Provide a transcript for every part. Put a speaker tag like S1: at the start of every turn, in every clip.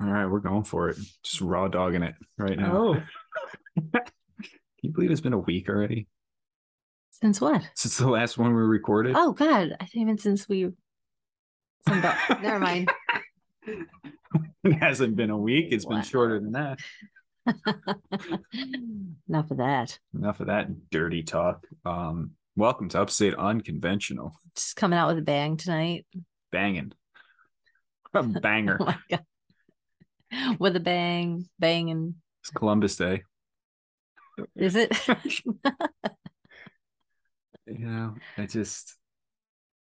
S1: All right, we're going for it. Just raw dogging it right now.
S2: Oh,
S1: Can you believe it's been a week already
S2: since what?
S1: since the last one we recorded?
S2: Oh God, I think even since we. Some bu- Never mind.
S1: It hasn't been a week. It's been
S2: Wow.
S1: shorter than that.
S2: Enough of that.
S1: Enough of that dirty talk. Um, welcome to Upstate Unconventional.
S2: Just coming out with a bang tonight.
S1: Banging. A banger.
S2: Oh my God. With a bang, banging.
S1: It's Columbus Day.
S2: Is it?
S1: You know, I just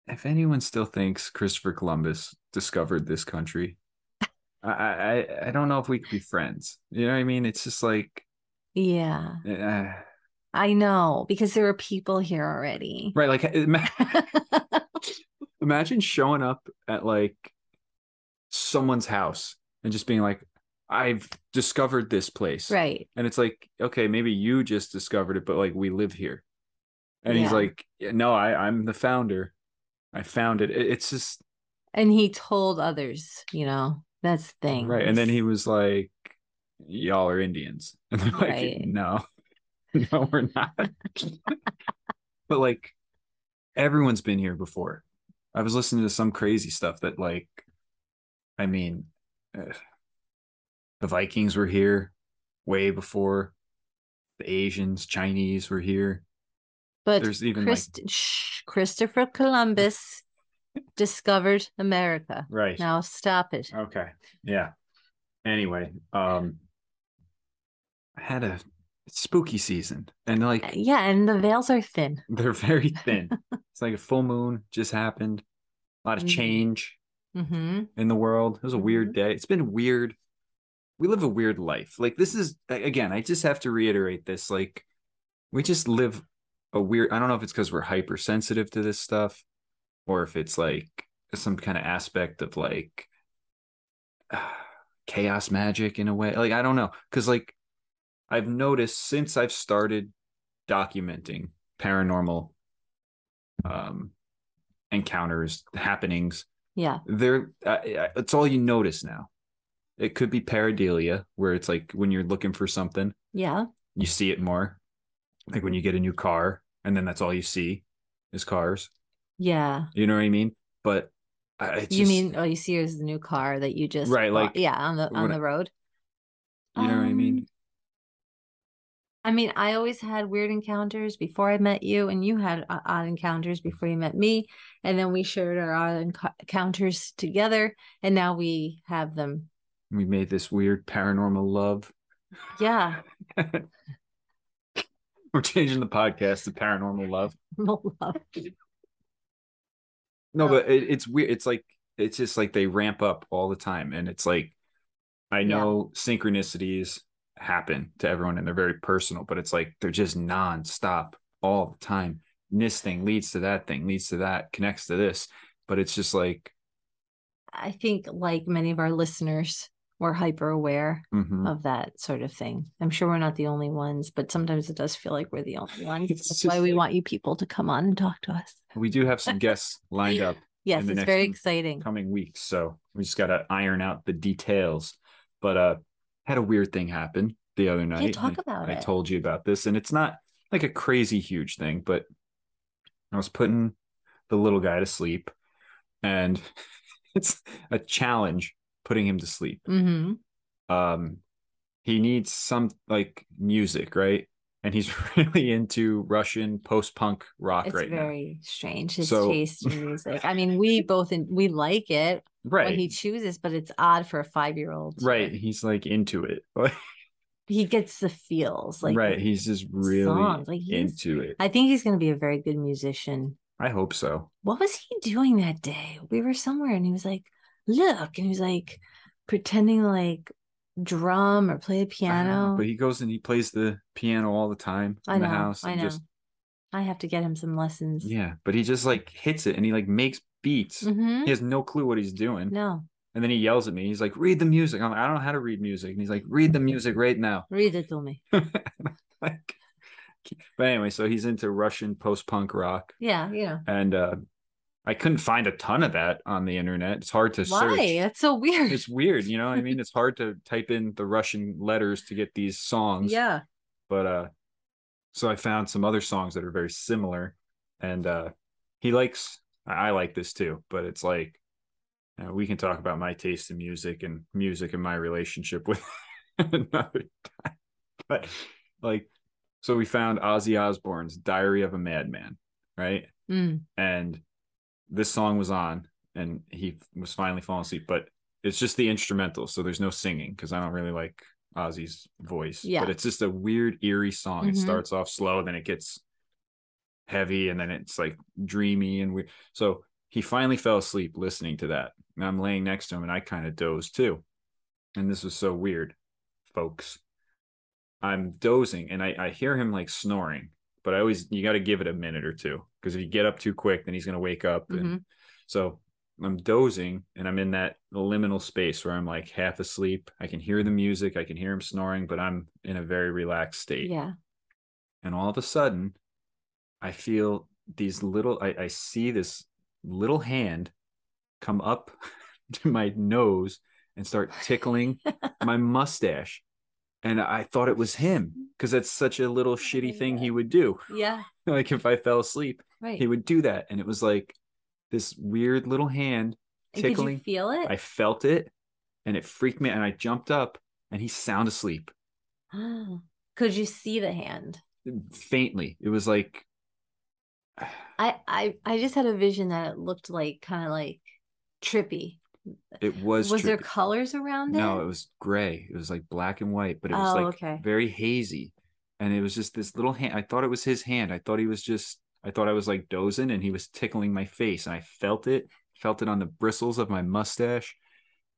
S1: if anyone still thinks Christopher Columbus discovered this country, I I I- I don't know if we could be friends. You know what I mean? It's just like
S2: yeah,
S1: uh,
S2: I know because there are people here already.
S1: right like eh, ima- imagine showing up at like someone's house and just being like i've discovered this place
S2: right.
S1: and it's like okay maybe you just discovered it but like we live here and he's
S2: Yeah.
S1: like "Yeah, no i i'm the founder i found it It- it's just
S2: And he told others, you know, that's the thing.
S1: right and then he was like y'all are indians and they're like
S2: Right.
S1: no no we're not but like everyone's been here before i was listening to some crazy stuff that like i mean eh, the vikings were here way before the asians chinese were here
S2: But
S1: there's even like
S2: Christ- Shh, Christopher Columbus discovered America.
S1: right
S2: Now stop it.
S1: Okay. Yeah. Anyway, um I had a spooky season and
S2: Uh,
S1: like
S2: Yeah, and the veils are thin.
S1: they're very thin. it's like a full moon just happened. A lot of
S2: Mhm.
S1: change
S2: hmm
S1: in the world. It was a weird day. It's been weird. We live a weird life. Like this is a- again, I just have to reiterate this like we just live a weird I don't know if it's cuz we're hypersensitive to this stuff or if it's like some kind of aspect of like chaos magic in a way. Like I don't know cuz like I've noticed since I've started documenting paranormal um encounters, happenings,
S2: Yeah.
S1: there I, I, it's all you notice now it could be pareidolia where it's like when you're looking for something
S2: Yeah.
S1: you see it more like when you get a new car and then that's all you see is cars
S2: Yeah.
S1: you know what i mean but I, I
S2: you
S1: just-
S2: mean oh you see here's the new car that you just
S1: Right,
S2: bought-
S1: like,
S2: yeah, on the on
S1: when I-
S2: the road. Um,
S1: you know what i mean
S2: I mean, I always had weird encounters before I met you, and you had o- odd encounters before you met me. And then we shared our odd enco- encounters together, and now we have them.
S1: we made this weird paranormal love
S2: Yeah.
S1: we're changing the podcast to paranormal love
S2: Love.
S1: no
S2: Oh.
S1: but it, it's weird it's like it's just like they ramp up all the time and it's like i
S2: Yeah.
S1: know synchronicities happen to everyone and they're very personal but it's like they're just non-stop all the time And this thing leads to that thing leads to that connects to this but it's just like
S2: I think, like many of our listeners, we're hyper aware
S1: mhm.
S2: of that sort of thing. I'm sure we're not the only ones, but sometimes it does feel like we're the only ones.
S1: It's
S2: That's why
S1: just
S2: we
S1: like-
S2: want you people to come on and talk to us.
S1: we do have some guests lined up
S2: Yes,
S1: And the
S2: it's
S1: next
S2: very
S1: one
S2: exciting.
S1: coming weeks so we just gotta iron out the details but uh had a weird thing happen the other night
S2: Yeah,
S1: and
S2: talk
S1: I-
S2: about
S1: I
S2: it.
S1: told you about this, and it's not like a crazy huge thing, but I was putting the little guy to sleep, and it's a challenge putting him to sleep.
S2: hmm
S1: Um, he needs some like music, right? And he's really into Russian post punk rock
S2: It's
S1: right
S2: very strange his
S1: So-
S2: taste in music. I mean, we both in, we like it
S1: now.
S2: when
S1: Right.
S2: he chooses, but it's odd for a five year old.
S1: right. He's like into it.
S2: He gets the feels. Like
S1: right. He's just really
S2: songs, like, he's-
S1: into it.
S2: I think he's going to be a very good musician.
S1: I hope so.
S2: what was he doing that day? We were somewhere and he was like, look, and he was like pretending to like drum or
S1: I
S2: play the
S1: don't know,
S2: piano.
S1: Uh-huh, but he goes and he plays the piano all the time in
S2: I know,
S1: the house.
S2: I
S1: and
S2: know.
S1: Just,
S2: I have to get him some lessons.
S1: yeah, but he just like hits it and he like makes beats.
S2: hmm
S1: He has no clue what he's doing.
S2: No,
S1: And then he yells at me. He's like, "Read the music." I'm like, "I don't know how to read music." And he's like, "Read the music right now."
S2: read it to me.
S1: Like, but anyway, so he's into Russian post-punk rock,
S2: Yeah, you know.
S1: and uh, I couldn't find a ton of that on the internet. It's hard to
S2: Why?
S1: search.
S2: That's so weird.
S1: It's weird, you know what I mean? It's hard to type in the Russian letters to get these songs.
S2: yeah.
S1: But uh so I found some other songs that are very similar and uh he likes I I like this too, but it's like you know, we can talk about my taste in music and music and my relationship with another time. But like so we found Ozzy Osbourne's Diary of a Madman, right?
S2: Mm.
S1: and this song was on and he was finally falling asleep but it's just the instrumental so there's no singing because i don't really like ozzy's voice
S2: Yeah.
S1: but it's just a weird eerie song it
S2: Mhm.
S1: starts off slow then it gets heavy and then it's like dreamy and weird so he finally fell asleep listening to that and i'm laying next to him and i kind of dozed too and this was so weird folks i'm dozing and i, I hear him like snoring but i always you got to give it a minute or two because if you get up too quick then he's going to wake up and
S2: Mhm.
S1: so I'm dozing and I'm in that liminal space where I'm like half asleep. I can hear the music, I can hear him snoring, but I'm in a very relaxed state.
S2: Yeah.
S1: And all of a sudden, I feel these little, I, I see this little hand come up to my nose and start tickling my mustache. And I thought it was him because that's such a
S2: Oh,
S1: little shitty thing he would do.
S2: Yeah.
S1: like if I fell asleep,
S2: Right.
S1: he would do that. And it was like this weird little hand
S2: And could you
S1: tickling.
S2: feel it?
S1: I felt it and it freaked me. And I jumped up and he's sound asleep
S2: could you see the hand?
S1: faintly. It was like,
S2: I I I just had a vision that it looked like kind of like trippy.
S1: it was.
S2: Was, there
S1: trippy.
S2: colors around
S1: No,
S2: it?
S1: it was gray. It was like black and white, but it was
S2: Oh,
S1: like
S2: okay.
S1: very hazy. And it was just this little hand. I thought it was his hand. I thought he was just, I thought I was like dozing and he was tickling my face. And I felt it, felt it on the bristles of my mustache.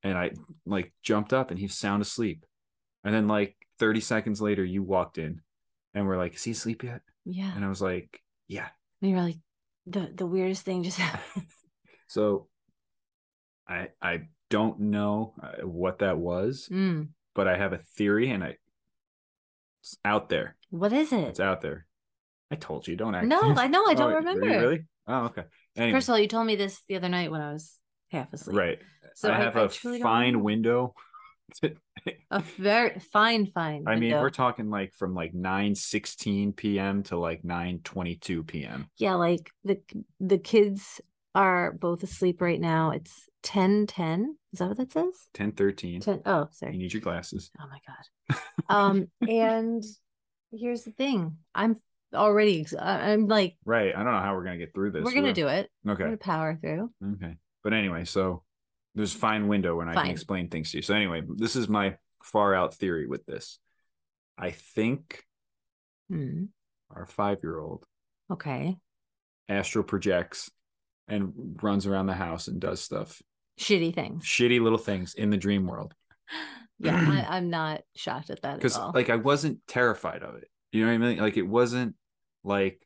S1: And I like jumped up and he was sound asleep. And then like 30 seconds later, you walked in and we're like, is he asleep yet?
S2: Yeah.
S1: And I was like, yeah.
S2: And you're like the the weirdest thing just happened.
S1: So I, I don't know uh, what that was.
S2: Mm,
S1: but I have a theory and I it's out there.
S2: What is it?
S1: It's out there. I told you, don't act.
S2: Eh. No, I know, I
S1: Oh,
S2: don't
S1: you
S2: remember.
S1: Really? Oh, okay. Anyway,
S2: First of all, you told me this the other night when I was half asleep.
S1: right.
S2: So
S1: I have
S2: a
S1: a fine window.
S2: a very fine fine.
S1: I mean,
S2: window.
S1: we're talking like from like 9 16 p.m. to like 9 22 p.m.
S2: yeah, like the the kids are both asleep right now. It's ten ten. Is that what that says?
S1: 10 13.
S2: Ten. Oh, sorry.
S1: You need your glasses.
S2: Oh my god. Um, and here's the thing: I'm already. ex- I- I'm like,
S1: Right. I don't know how we're going to get through this.
S2: we're gonna do it. We're
S1: Okay.
S2: gonna power through.
S1: Okay. But anyway, so there's a fine window when I
S2: Fine.
S1: can explain things to you. So anyway, this is my far out theory with this. I think
S2: Hmm.
S1: our five year old,
S2: Okay.
S1: astral projects and runs around the house and does stuff.
S2: Shitty things.
S1: Shitty little things in the dream world.
S2: Yeah, I, I'm not shocked at that at
S1: Because
S2: all.
S1: like I wasn't terrified of it. You know what I mean? Like it wasn't like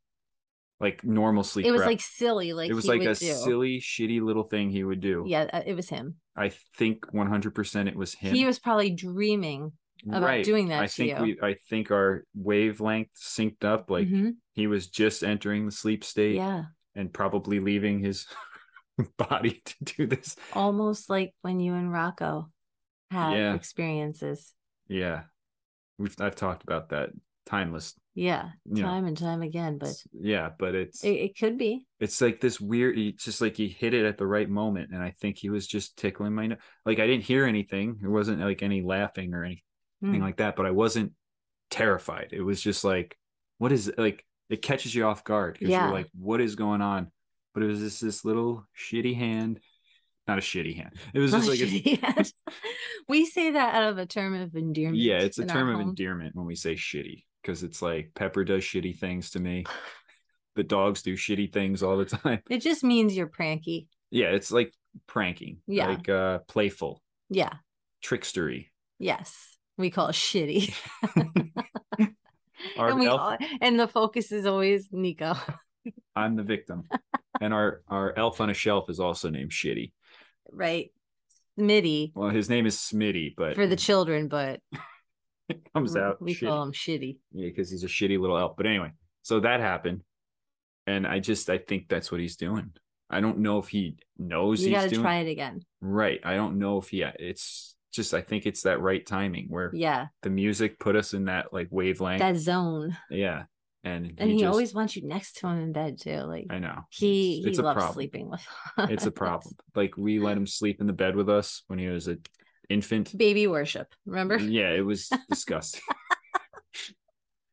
S1: like normal sleep.
S2: it was
S1: prep.
S2: like silly. Like
S1: it was
S2: he
S1: like
S2: would
S1: a
S2: do.
S1: silly, shitty little thing he would do.
S2: Yeah, uh, it was him.
S1: I think one hundred percent it was him.
S2: He was probably dreaming. about
S1: right.
S2: doing that
S1: I
S2: to
S1: think
S2: you.
S1: we I think our wavelength synced up. Like
S2: Mhm.
S1: he was just entering the sleep state
S2: yeah,
S1: and probably leaving his body to do this.
S2: almost like when you and Rocco had
S1: Yeah.
S2: experiences.
S1: Yeah. We've I've talked about that timeless.
S2: Yeah,
S1: You know,
S2: time and time again. But
S1: it's- yeah, but it's
S2: it, it could be.
S1: it's like this weird it's just like he hit it at the right moment and I think he was just tickling my nose. Like I didn't hear anything. It wasn't like any laughing or anything
S2: Hmm.
S1: like that, but I wasn't terrified. It was just like what is like it catches you off guard because
S2: Yeah.
S1: you're like what is going on? But it was just this little shitty hand. Not a shitty hand. It was
S2: Not
S1: just like a,
S2: shitty hand. we say that out of a term of endearment.
S1: Yeah, it's a
S2: in our
S1: term of
S2: home.
S1: endearment when we say shitty because it's like Pepper does shitty things to me. the dogs do shitty things all the time.
S2: It just means you're pranky.
S1: Yeah, it's like pranking.
S2: Yeah.
S1: Like uh playful,
S2: Yeah.
S1: trickstery.
S2: Yes. We call it shitty.
S1: Our
S2: and, we
S1: elf-
S2: all, and the focus is always Nico.
S1: I'm the victim. and our our elf on a shelf is also named Shitty.
S2: Right. Smitty
S1: Well, his name is Smitty, but
S2: for the children, but
S1: it comes out
S2: we
S1: shitty.
S2: call him shitty.
S1: Yeah, because he's a shitty little elf. But anyway, so that happened. And I just I think that's what he's doing. I don't know if he knows
S2: you
S1: he's
S2: got to
S1: doing
S2: try it again.
S1: right. I don't know if he. It's just I think it's that right timing where
S2: Yeah,
S1: the music put us in that like wavelength.
S2: that zone,
S1: yeah, and
S2: and he,
S1: just-
S2: always wants you next to him in bed too. Like
S1: I know
S2: he
S1: it's
S2: he
S1: a
S2: loves
S1: problem.
S2: sleeping with.
S1: it's a
S2: us.
S1: problem. Like we let him sleep in the bed with us when he was an infant.
S2: Baby worship. Remember?
S1: Yeah, it was disgusting.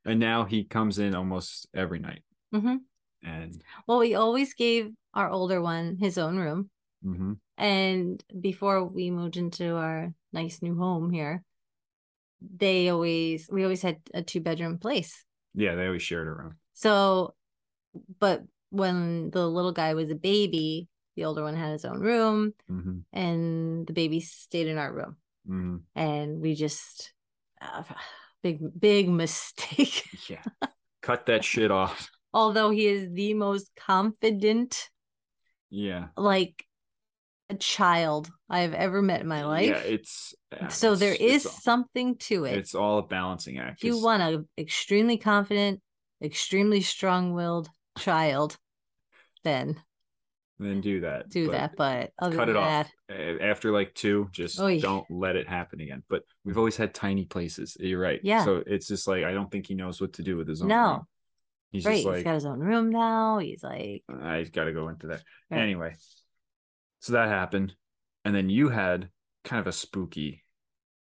S1: and now he comes in almost every night,
S2: hmm
S1: and
S2: Well, we always gave our older one his own room,
S1: mhm,
S2: and before we moved into our nice new home here, they always we always had a two bedroom place.
S1: yeah, they always shared a room.
S2: So, but when the little guy was a baby, the older one had his own room,
S1: Mhm,
S2: and the baby stayed in our room.
S1: mhm.
S2: And we just, uh, big, big mistake.
S1: Yeah, cut that shit off.
S2: Although he is the most confident,
S1: Yeah,
S2: like a child I have ever met in my life.
S1: Yeah, it's yeah,
S2: so
S1: it's-
S2: there is
S1: It's,
S2: something to
S1: all-
S2: it.
S1: it's all a balancing act.
S2: if you
S1: 'cause-
S2: want an extremely confident, extremely strong willed child, then
S1: then do that.
S2: do
S1: but
S2: that. Oh, But other
S1: cut
S2: than
S1: it
S2: that,
S1: off A- after like two. Just
S2: Oy.
S1: don't let it happen again. But we've always had tiny places. You're right.
S2: Yeah.
S1: So it's just like I don't think he knows what to do with his own.
S2: No.
S1: room. He's
S2: right.
S1: just like
S2: he's got his own room now. He's like,
S1: I've got to go into that.
S2: Right.
S1: Anyway, so that happened. And then you had kind of a spooky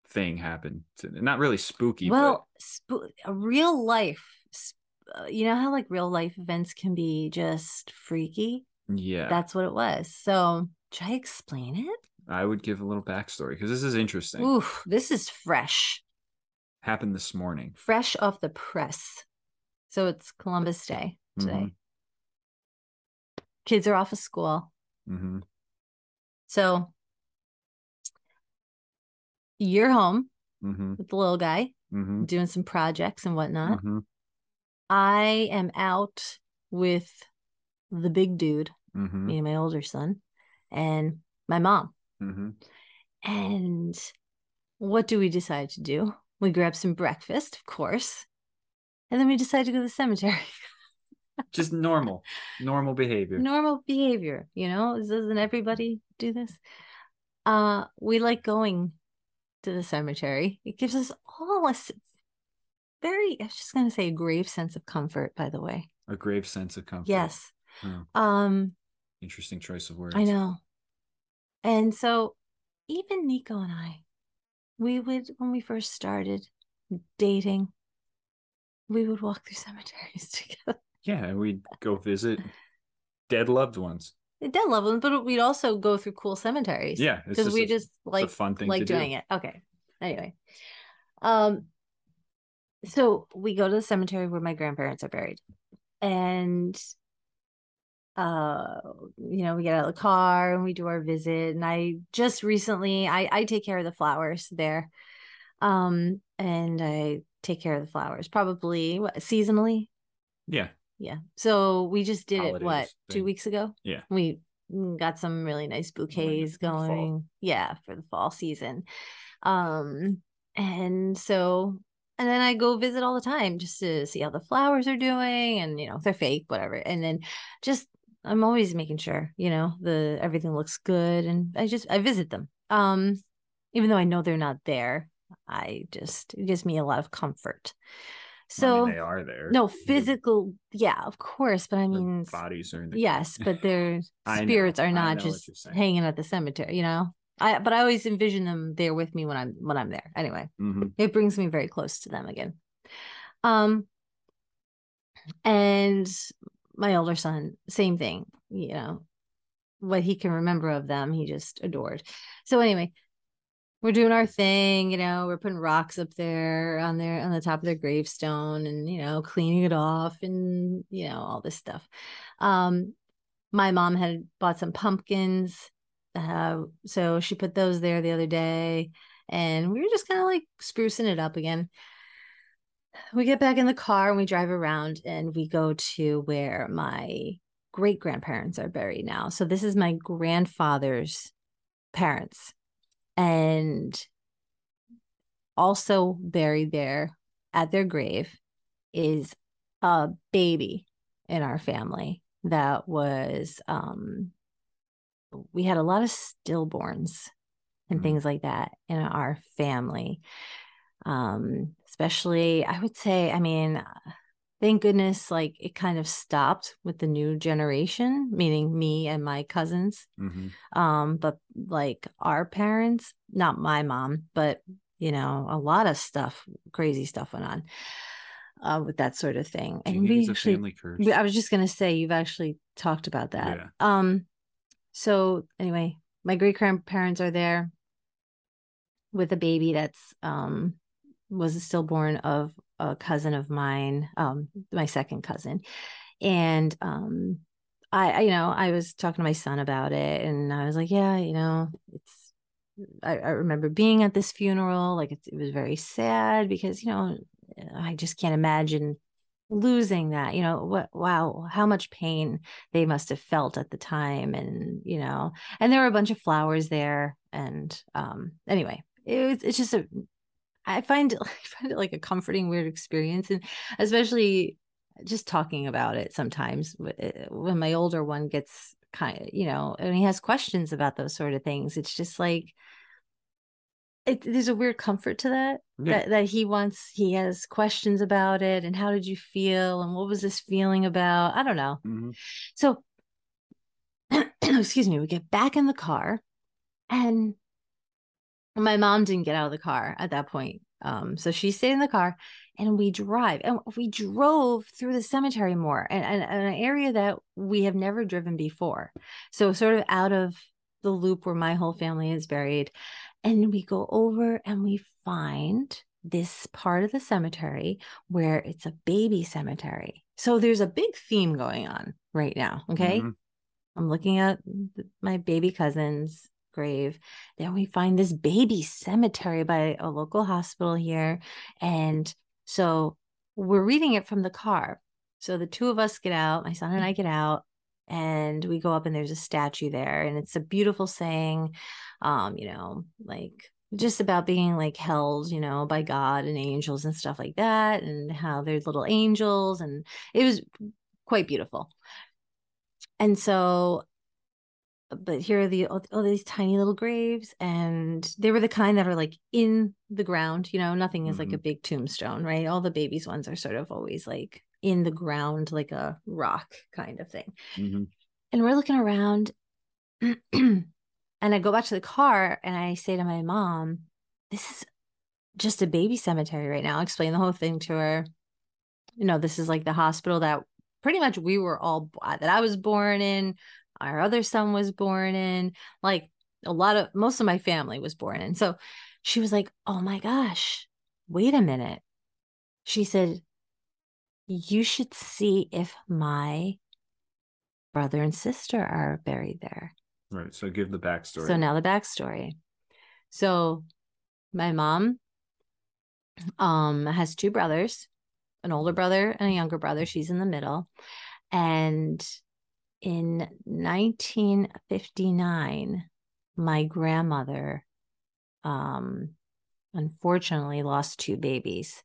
S1: thing happen. To, not really spooky,
S2: well, sp- a real life. Sp- uh, you know how like real life events can be just freaky.
S1: but yeah,
S2: That's what it was. So should I explain it?
S1: I would give a little backstory because this is interesting.
S2: Oof, this is fresh,
S1: Happened this morning.
S2: fresh off the press. So it's Columbus Day today.
S1: Mhm.
S2: Kids are off of school.
S1: hmm
S2: So you're home
S1: hmm
S2: with the little guy
S1: hmm
S2: doing some projects and whatnot.
S1: hmm
S2: I am out with the big dude,
S1: hmm
S2: me and my older son, and my mom.
S1: hmm
S2: And what do we decide to do? We grab some breakfast, of course. And then we decide to go to the cemetery.
S1: Just normal, normal behavior.
S2: Normal behavior, you know? Doesn't everybody do this? Uh, we like going to the cemetery. It gives us all a s- very, I was just going to say, a grave sense of comfort, by the way.
S1: A grave sense of comfort.
S2: Yes.
S1: Hmm.
S2: Um,
S1: Interesting choice of words.
S2: I know. And so even Nico and I, we would, when we first started dating, we would walk through cemeteries together.
S1: Yeah, and we'd go visit dead loved ones.
S2: Dead loved ones, but we'd also go through cool cemeteries.
S1: Yeah, it's
S2: Because we
S1: a-
S2: just
S1: it's a
S2: like
S1: fun thing
S2: like
S1: to do.
S2: doing it. Okay. Anyway. Um so we go to the cemetery where my grandparents are buried. And uh you know, we get out of the car and we do our visit. And I just recently I I take care of the flowers there. Um and I take care of the flowers probably what, seasonally.
S1: Yeah,
S2: Yeah. So we just did it what,
S1: Holidays
S2: two
S1: thing.
S2: weeks ago?
S1: Yeah.
S2: We mm, got some really nice bouquets
S1: for the fall.
S2: going. Yeah, for the fall season. Um, and so and then I go visit all the time just to see how the flowers are doing and you know, if they're fake, whatever. And then just I'm always making sure, you know, the everything looks good and I just I visit them. Um, even though I know they're not there, I just it gives me a lot of
S1: Well,
S2: comfort. So
S1: I mean, they are there.
S2: no
S1: Their-
S2: physical yeah of course but i
S1: their
S2: mean s-
S1: bodies are in the
S2: yes but their
S1: I know,
S2: spirits
S1: I
S2: are not
S1: know what
S2: just
S1: you're saying.
S2: hanging at the cemetery you know i but i always envision them there with me when i'm when i'm there anyway
S1: Mhm.
S2: it brings me very close to them again um and my older son same thing you know what he can remember of them he just adored so anyway we're doing our thing you know we're putting rocks up there on their on the top of their gravestone and you know cleaning it off and you know all this stuff um my mom had bought some pumpkins uh so she put those there the other day and we were just kind of like sprucing it up again we get back in the car and we drive around and we go to where my great grandparents are buried now. So this is my grandfather's parents and also buried there at their grave is a baby in our family that was um we had a lot of stillborns and
S1: Mm.
S2: things like that in our family. Um, especially, I would say, I mean, thank goodness, like it kind of stopped with the new generation, meaning me and my cousins.
S1: Mhm.
S2: Um, but like our parents, not my mom, but you know, a lot of stuff, crazy stuff went on uh, with that sort of thing.
S1: Do you
S2: And
S1: think
S2: we
S1: it's a
S2: actually
S1: family curse?
S2: we- I was just gonna say you've actually talked about that.
S1: Yeah.
S2: Um, so anyway, my great grandparents are there with a baby that's um was a stillborn of a cousin of mine, um, my second cousin, and um, I, I you know I was talking to my son about it, and I was like, yeah, you know, it's. I, I remember being at this funeral, like it, it was very sad because you know I just can't imagine losing that you know what wow how much pain they must have felt at the time and you know and there were a bunch of flowers there and um anyway it was it's just a i find it I find it like a comforting weird experience and especially just talking about it sometimes wh- when my older one gets kind you know and he has questions about those sort of things it's just like it, there's a weird comfort to that
S1: Yeah.
S2: that, that he wants he has questions about it and how did you feel and what was this feeling about i don't know
S1: Mhm.
S2: so excuse me we get back in the car and my mom didn't get out of the car at that point um so she stayed in the car and we drive and we drove through the cemetery more and, and, and an area that we have never driven before so sort of out of the loop where my whole family is buried and we go over and we find this part of the cemetery where it's a baby cemetery so there's a big theme going on right now okay
S1: Mhm.
S2: i'm looking at th- my baby cousin's grave then we find this baby cemetery by a local hospital here and so we're reading it from the car so the two of us get out my son and i get out and we go up and there's a statue there and it's a beautiful saying um you know like just about being like held you know by god and angels and stuff like that and how there's little angels and it was quite beautiful and so but here are the all, all these tiny little graves and they were the kind that are like in the ground you know nothing is like a big tombstone right all the babies ones are sort of always like in the ground like a rock kind of thing
S1: Mhm.
S2: and we're looking around and i go back to the car and i say to my mom this is just a baby cemetery right now I explain the whole thing to her you know this is like the hospital that pretty much we were all uh, that i was born in our other son was born in like a lot of most of my family was born in so she was like oh my gosh wait a minute she said you should see if my brother and sister are buried there
S1: Right. So give the backstory.
S2: so now the backstory. So my mom um has two brothers, an older brother and a younger brother. She's in the middle. And in 1959, my grandmother um unfortunately lost two babies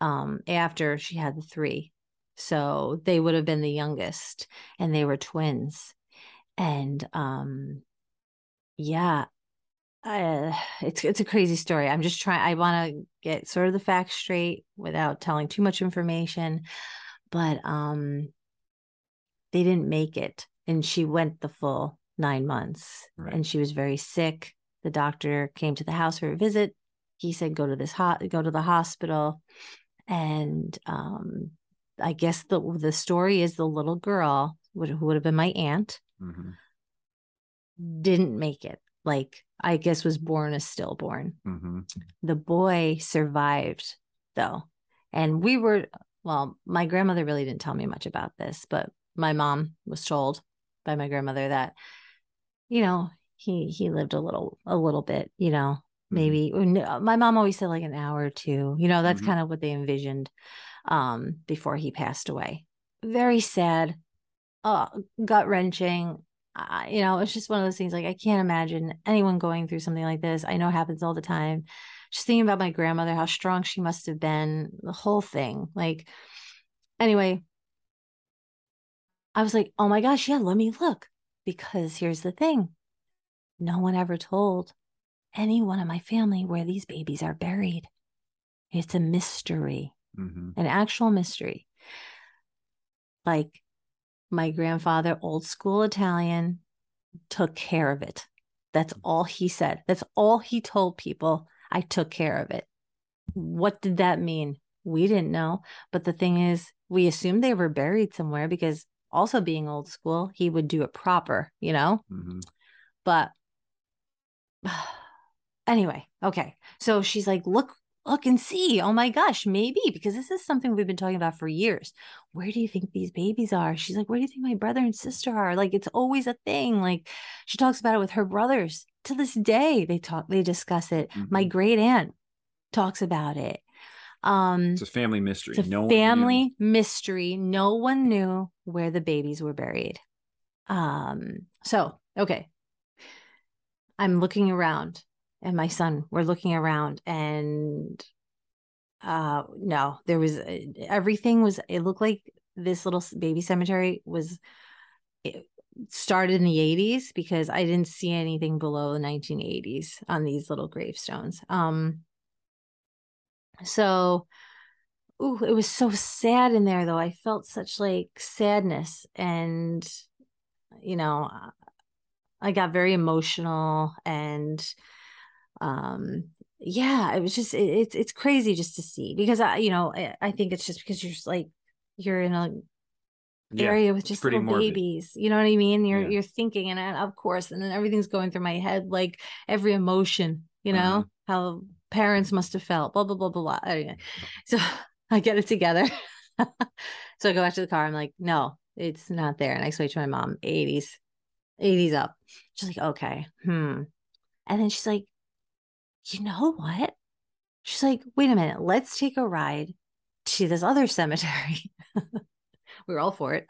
S2: um after she had the three. So they would have been the youngest and they were twins. And um yeah. Uh, it's it's a crazy story. I'm just trying I want to get sort of the facts straight without telling too much information. But um they didn't make it and she went the full 9 months
S1: Right.
S2: and she was very sick. The doctor came to the house for a visit. He said go to this hot go to the hospital and um I guess the the story is the little girl would, who would have been my aunt
S1: Mhm.
S2: didn't make it. Like, I guess was born a stillborn.
S1: Mhm.
S2: The boy survived though. And we were, well, my grandmother really didn't tell me much about this, but my mom was told by my grandmother that, you know, he he lived a little a little bit, you know,
S1: Mm-hmm.
S2: maybe my mom always said like an hour or two. You know, that's
S1: Mhm.
S2: kind of what they envisioned um before he passed away. Very sad, uh gut wrenching, I, you know, it's just one of those things like I can't imagine anyone going through something like this. I know it happens all the time. Just thinking about my grandmother, how strong she must have been, the whole thing. Like, anyway, I was like, oh my gosh, yeah, let me look. Because here's the thing no one ever told anyone in my family where these babies are buried. It's a mystery,
S1: hmm
S2: an actual mystery. Like my grandfather, old school Italian, took care of it. That's all he said. That's all he told people. I took care of it. What did that mean? We didn't know. But the thing is, we assumed they were buried somewhere because also being old school, he would do it proper, you know?
S1: hmm
S2: But anyway, okay. So she's like, look, look and see. Oh my gosh, maybe because this is something we've been talking about for years. Where do you think these babies are? She's like, where do you think my brother and sister are? Like, it's always a thing. Like, she talks about it with her brothers to this day. They talk, they discuss it. My
S1: Mhm.
S2: great aunt talks about it. Um,
S1: It's a family mystery.
S2: it's a
S1: no one knew.
S2: family mystery. No one knew where the babies were buried. Um, so okay. I'm looking around and my son, we're looking around and uh no, there was uh, everything was it looked like this little baby cemetery was it started in the 80s because I didn't see anything below the 1980s on these little gravestones. Um so ooh, it was so sad in there though. I felt such like sadness and you know, I got very emotional and um yeah, it was just it, it's it's crazy just to see because I you know, I, I think it's just because you're just like you're in a
S1: Yeah.
S2: area with just
S1: pretty
S2: little
S1: morbid.
S2: babies. You know what I mean? You're
S1: Yeah.
S2: you're thinking and then, of course, and then everything's going through my head, like every emotion, you know, how parents must have felt, blah, blah, blah, blah, blah. Anyway, so I get it together. so I go back to the car. I'm like, no, it's not there. And I explain to my mom, 80s, 80s up. She's like, okay, hmm. And then she's like, you know what? She's like, wait a minute, let's take a ride to this other cemetery. we were all for it.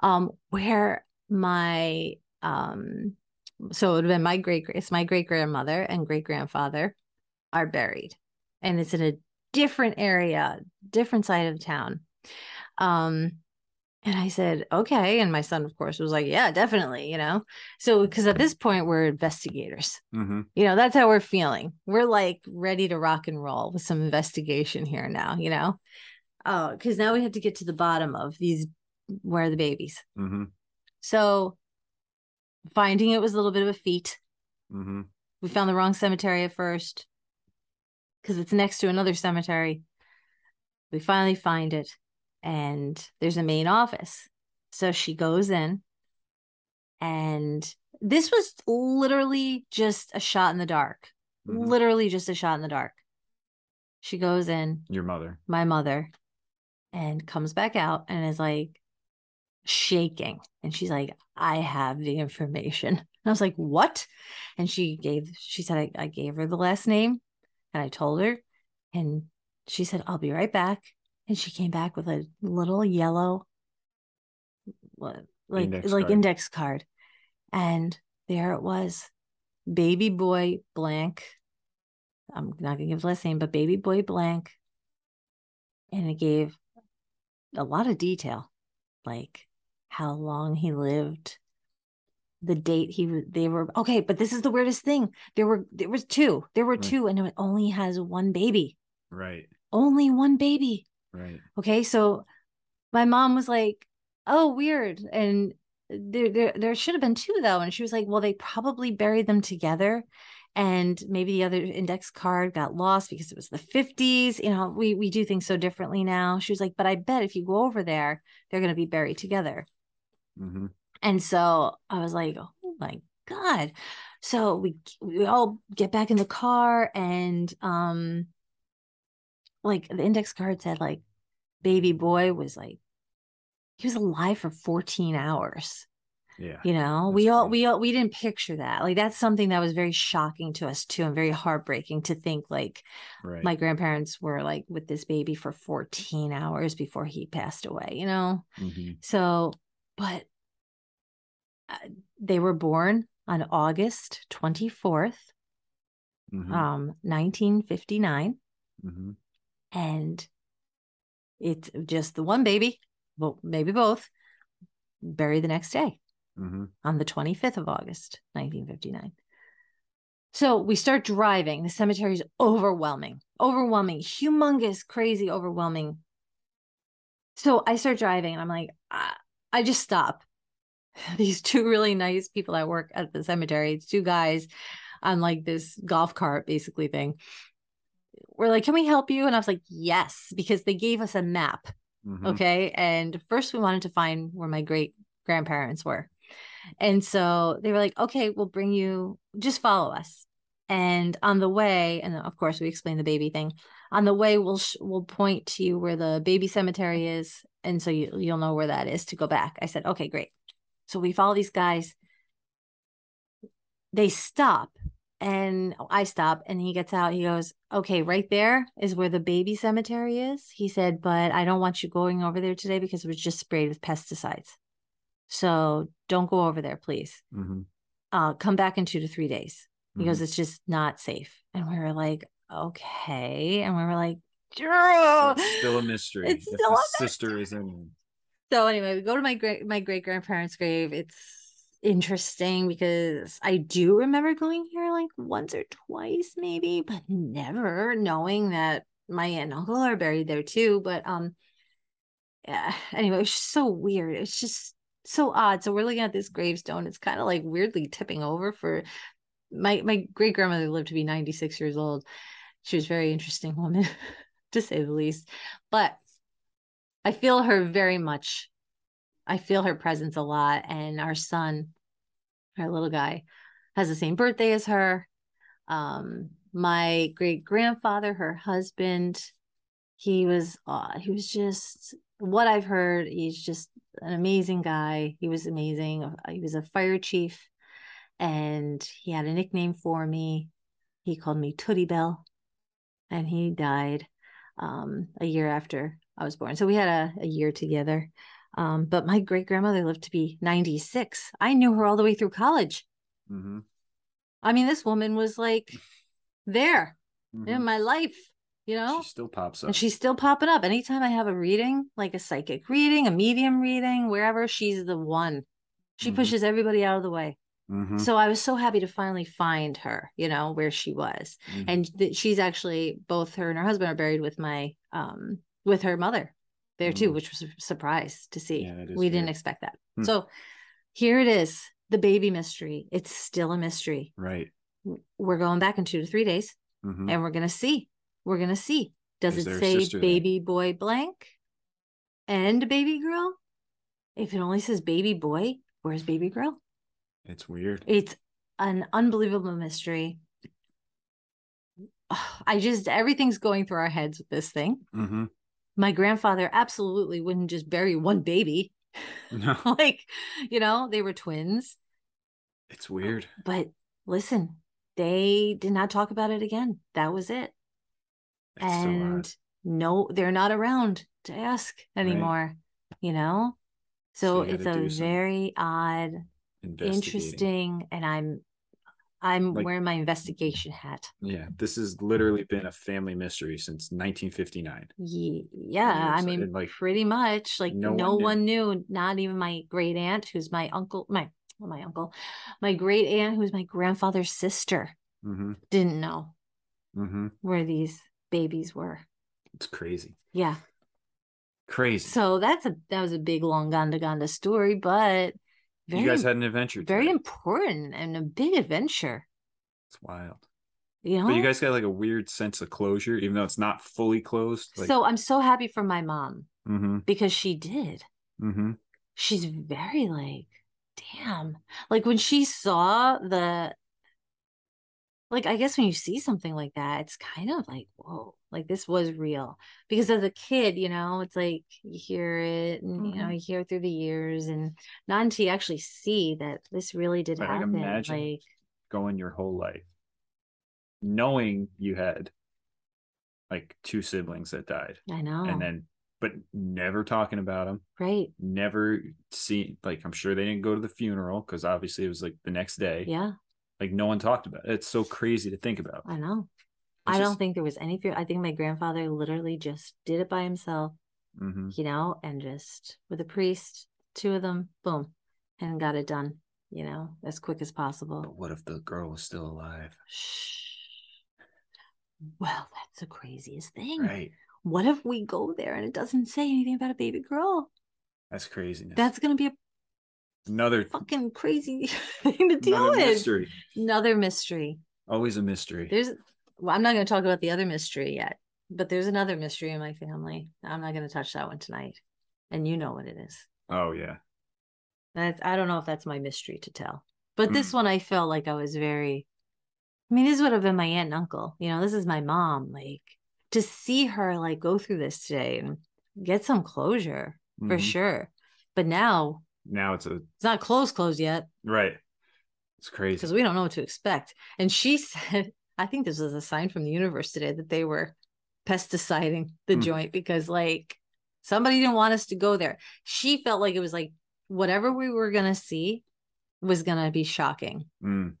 S2: Um, where my um so it would have been my great it's my great grandmother and great grandfather are buried. And it's in a different area, different side of town. Um and I said, okay. And my son, of course, was like, yeah, definitely, you know? So, because at this point, we're investigators
S1: hmm
S2: you know that's how we're feeling we're like ready to rock and roll with some investigation here now you know oh because now we have to get to the bottom of these where are the babies
S1: hmm
S2: so finding it was a little bit of a feat
S1: hmm
S2: we found the wrong cemetery at first because it's next to another cemetery we finally find it and there's a main office so she goes in and this was literally just a shot in the dark
S1: hmm
S2: literally just a shot in the dark she goes in
S1: Your mother.
S2: my mother and comes back out and is like shaking and she's like i have the information and i was like what and she gave she said I, I gave her the last name and i told her and she said i'll be right back and she came back with a little yellow what- like
S1: Index
S2: like
S1: card.
S2: index card and there it was baby boy blank i'm not gonna give the last name but baby boy blank and it gave a lot of detail like how long he lived the date he was they were okay but this is the weirdest thing there were there was two there were
S1: Right.
S2: two and it only has one baby
S1: Right.
S2: only one baby
S1: Right.
S2: okay so my mom was like oh weird and there there, there should have been two though and she was like well they probably buried them together and maybe the other index card got lost because it was the 50s you know we we do things so differently now she was like but i bet if you go over there they're going to be buried together
S1: hmm
S2: and so I was like, oh my God. So we we all get back in the car and um like the index card said like baby boy was like he was alive for 14 hours.
S1: Yeah.
S2: You know,
S1: That's
S2: we all
S1: crazy.
S2: we all we didn't picture that. Like that's something that was very shocking to us too and very heartbreaking to think like
S1: Right.
S2: my grandparents were like with this baby for 14 hours before he passed away, you know?
S1: hmm
S2: So, but uh, they were born on August 24th,
S1: hmm
S2: um, 1959.
S1: hmm
S2: And it's just the one baby, well, maybe both, buried the next day.
S1: hmm
S2: on the 25th of August, 1959. So we start driving. The cemetery is overwhelming, overwhelming, humongous, crazy, overwhelming. So I start driving and I'm like, I, I just stop. These two really nice people that work at the cemetery, it's two guys on like this golf cart basically thing. We're like, can we help you? And I was like, yes, because they gave us a map.
S1: hmm
S2: Okay. And first, we wanted to find where my great grandparents were. And so they were like, okay, we'll bring you, just follow us. And on the way, and of course, we explained the baby thing. On the way, we'll sh- we'll point to you where the baby cemetery is, and so you you'll know where that is to go back. I said, okay, great. So we follow these guys. They stop, and I stop, and he gets out. He goes, okay, right there is where the baby cemetery is. He said, but I don't want you going over there today because it was just sprayed with pesticides. So don't go over there, please.
S1: hmm
S2: Uh, come back in two to three days. He
S1: Mhm.
S2: goes, it's just not safe. And we were like, okay. And we were like, Drew.
S1: It's still a mystery.
S2: "Oh, It's
S1: if
S2: still
S1: the
S2: a
S1: sister is in.
S2: So anyway, we go to my great my great grandparents' grave. It's interesting because I do remember going here like once or twice, maybe, but never knowing that my aunt and uncle are buried there too. But um, yeah. Anyway, it's just so weird. It's just so odd. So we're looking at this gravestone. It's kind of like weirdly tipping over for my my great grandmother lived to be 96 years old. She was a very interesting woman, to say the least. But I feel her very much. I feel her presence a lot. And our son, our little guy, has the same birthday as her. Um, my great grandfather, her husband, he was uh, he was just what I've heard. He's just an amazing guy. He was amazing. He was a fire chief, and he had a nickname for me. He called me Tootie Bell, and he died um, a year after I was born. So we had a, a year together. Um, but my great grandmother lived to be 96. I knew her all the way through college.
S1: hmm
S2: I mean, this woman was like there
S1: Mm-hmm.
S2: in my life, you know?
S1: She still pops up.
S2: and she's still popping up. Anytime I have a reading, like a psychic reading, a medium reading, wherever, she's the one. She
S1: Mhm.
S2: pushes everybody out of the way.
S1: Mhm.
S2: So I was so happy to finally find her, you know, where she was.
S1: Mhm.
S2: And th- she's actually both her and her husband are buried with my um with her mother there too,
S1: Mm.
S2: which was a surprise to see.
S1: Yeah, that is
S2: we didn't
S1: weird.
S2: expect that.
S1: Hmm.
S2: So here it is, the baby mystery. It's still a mystery.
S1: Right.
S2: We're going back in 2 to 3 days
S1: hmm
S2: and we're gonna see. We're gonna see. Does
S1: Is there
S2: it
S1: a
S2: say
S1: sister there?
S2: baby boy blank and baby girl? If it only says baby boy, where's baby girl?
S1: It's weird.
S2: It's an unbelievable mystery. Ugh, I just everything's going through our heads with this thing.
S1: hmm
S2: My grandfather absolutely wouldn't just bury one baby.
S1: No,
S2: like, you know, they were twins,
S1: it's weird.
S2: but listen, they did not talk about it again. That was it.
S1: It's
S2: and
S1: so
S2: no they're not around to ask
S1: Right.
S2: anymore you know
S1: So
S2: so,
S1: you
S2: it's
S1: gotta
S2: a
S1: do some
S2: very odd
S1: odd. Interesting.
S2: interesting and i'm i'm
S1: Like-
S2: wearing my investigation hat
S1: Yeah, this has literally been a family mystery since 1959.
S2: Ye- yeah i
S1: years,
S2: mean
S1: and, uh, like,
S2: pretty much like
S1: no
S2: no,
S1: one knew.
S2: one, knew. not even my great aunt who's my uncle my well, my uncle my great aunt who's my grandfather's sister
S1: Mm-hmm.
S2: didn't know
S1: Mm-hmm.
S2: where these babies were
S1: It's crazy.
S2: yeah
S1: Crazy.
S2: So that's a that was a big long Gondaganda story, but very
S1: you guys had an adventure.
S2: very
S1: today.
S2: important and a big adventure.
S1: It's wild.
S2: You know,
S1: But you guys got like a weird sense of closure, even though it's not fully closed. Like,
S2: so I'm so happy for my mom
S1: mm-hmm,
S2: because she did.
S1: mm-hmm,
S2: She's very like, damn, like when she saw the, like I guess when you see something like that, it's kind of like whoa, like this was real. Because as a kid, you know, it's like you hear it, and you know,
S1: Mhm.
S2: you hear it through the years, and not until you actually see that this really did
S1: Right, like,
S2: happen.
S1: imagine.
S2: like
S1: going your whole life, knowing you had like two siblings that died,
S2: I know.
S1: and then but never talking about them,
S2: right.
S1: never seen. Like, I'm sure they didn't go to the funeral because obviously it was like the next day.
S2: Yeah,
S1: Like, no one talked about it. It's so crazy to think about.
S2: I know.
S1: It's
S2: I
S1: just-
S2: don't think there was any fear. I think my grandfather literally just did it by himself,
S1: Mhm.
S2: you know, and just with a priest, two of them, boom. and got it done, you know, as quick as possible.
S1: But what if the girl was still alive?
S2: Shh. Well, that's the craziest thing.
S1: Right.
S2: What if we go there and it doesn't say anything about a baby girl?
S1: That's craziness.
S2: That's going to be a
S1: another,
S2: fucking crazy thing to deal
S1: another
S2: with.
S1: mystery.
S2: Another mystery.
S1: Always a mystery.
S2: There's, well, I'm not going to talk about the other mystery yet, but there's another mystery in my family. I'm not going to touch that one tonight. And you know what it is.
S1: oh yeah.
S2: That's, I don't know if that's my mystery to tell, but this one I felt like I was very, I mean, this would have been my aunt and uncle. You know, this is my mom. Like to see her like go through this today and get some closure for
S1: Mhm.
S2: sure. But now
S1: Now it's a
S2: it's not closed, closed yet
S1: right. It's crazy.
S2: because we don't know what to expect. And she said, I think this was a sign from the universe today that they were pesticiding the
S1: Hmm.
S2: joint because, like, somebody didn't want us to go there. She felt like it was like whatever we were going to see was going to be shocking
S1: Mm,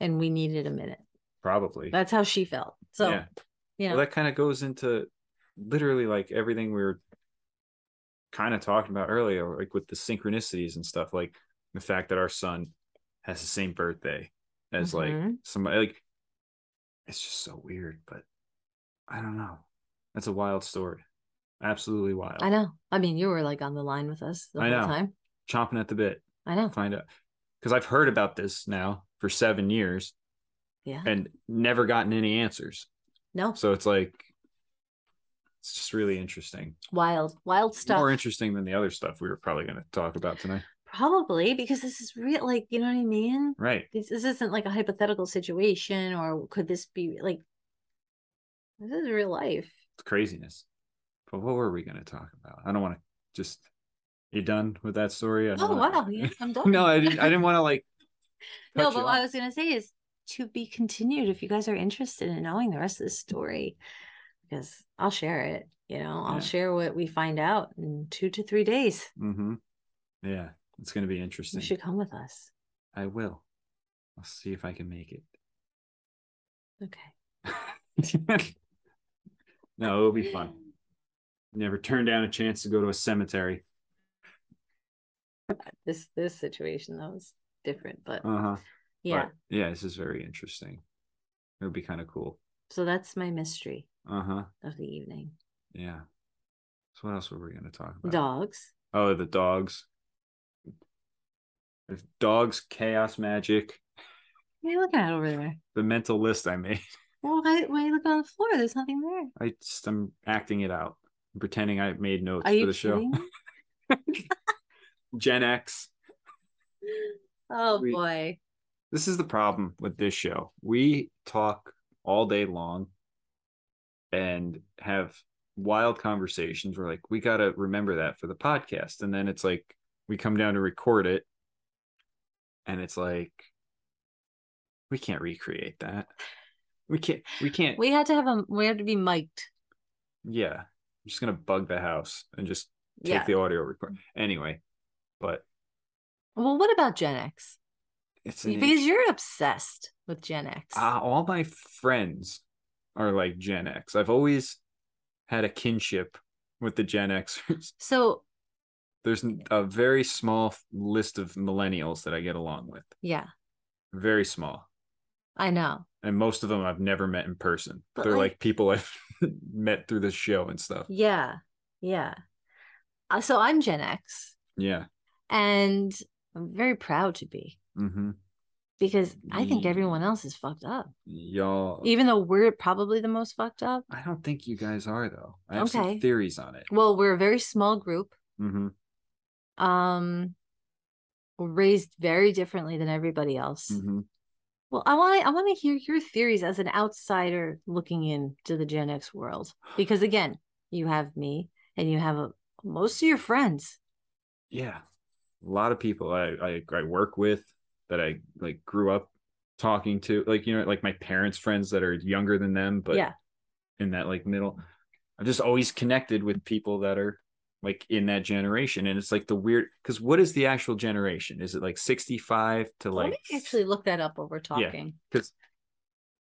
S2: and we needed a minute.
S1: probably.
S2: That's how she felt. So,
S1: yeah.
S2: you know,
S1: Well, that kind of goes into literally like everything we were kind of talking about earlier, like with the synchronicities and stuff, like the fact that our son has the same birthday as like
S2: Mhm.
S1: somebody like it's just so weird, but I don't know. That's a wild story. Absolutely wild.
S2: I know. I mean, you were like on the line with us the
S1: I
S2: whole
S1: know.
S2: time.
S1: Chomping at the bit.
S2: I know.
S1: Find out. Because I've heard about this now for seven years
S2: Yeah.
S1: and never gotten any answers.
S2: No,
S1: So it's like it's just really interesting.
S2: wild, wild stuff.
S1: More interesting than the other stuff we were probably going to talk about tonight.
S2: Probably because this is real. Like, you know what I mean?
S1: Right.
S2: this, this isn't like a hypothetical situation or could this be like this is real life
S1: It's craziness. But what were we going to talk about? I don't want to just you done with that story. I don't
S2: oh
S1: wanna-
S2: wow yeah, i'm done
S1: no, I didn't I didn't want to like
S2: No,
S1: cut
S2: but
S1: you
S2: what i
S1: off.
S2: was gonna say is to be continued if you guys are interested in knowing the rest of the story because i'll share it you know i'll
S1: Yeah.
S2: share what we find out in two to three days
S1: Mhm. Yeah. It's going to be
S2: you
S1: interesting.
S2: should come with us
S1: I will. I'll see if I can make it.
S2: okay
S1: no, it'll be fun. Never turn down a chance to go to a cemetery.
S2: this this situation that was different but
S1: Uh huh.
S2: yeah
S1: But, yeah, this is very interesting. It would be kind of cool.
S2: so that's my mystery
S1: Uh huh.
S2: of the evening
S1: Yeah. So what else were we going to talk about?
S2: dogs
S1: Oh, the dogs. There's dogs, chaos magic,
S2: what are you looking at over there
S1: the mental list I made.
S2: well why, why are you looking on the floor there's nothing there
S1: I just I'm acting it out, pretending I made notes
S2: Are
S1: for
S2: you
S1: the
S2: kidding?
S1: show. Gen X.
S2: Oh
S1: We-
S2: boy.
S1: this is the problem with this show. We talk all day long and have wild conversations. We're like, we got to remember that for the podcast. And then it's like, we come down to record it and it's like, we can't recreate that. We can't, we can't.
S2: We had to have a we had to be mic'd.
S1: yeah. I'm just going to bug the house and just take
S2: Yeah.
S1: the audio record. Anyway, but
S2: Well, what about Gen X?
S1: it's an
S2: Because you're obsessed with Gen X.
S1: uh, all my friends are like Gen X. I've always had a kinship with the Gen Xers.
S2: So
S1: There's a very small list of millennials that I get along with,
S2: yeah,
S1: very small,
S2: I know.
S1: and most of them I've never met in person.
S2: But,
S1: They're
S2: like-
S1: like people I've met through this show and stuff.
S2: Yeah. Yeah. Uh, so I'm Gen X
S1: Yeah.
S2: and I'm very proud to be
S1: Mm-hmm.
S2: because I think
S1: Ye-
S2: everyone else is fucked up.
S1: Y'all,
S2: Even though we're probably the most fucked up.
S1: I don't think you guys are though. I have some
S2: Okay.
S1: theories on it.
S2: Well, we're a very small group.
S1: Mm-hmm.
S2: Um we're raised very differently than everybody else.
S1: Mm-hmm.
S2: Well, I want to I want to hear your theories as an outsider looking into the Gen X world because again, you have me and you have a, most of your friends.
S1: yeah a lot of people I, I i work with that i like grew up talking to like you know like my parents friends that are younger than them but
S2: yeah,
S1: in that like middle i've just always connected with people that are like in that generation and it's like the weird because what is the actual generation is it like 65 to
S2: let
S1: like
S2: me actually look that up while we're
S1: Yeah.
S2: talking.
S1: because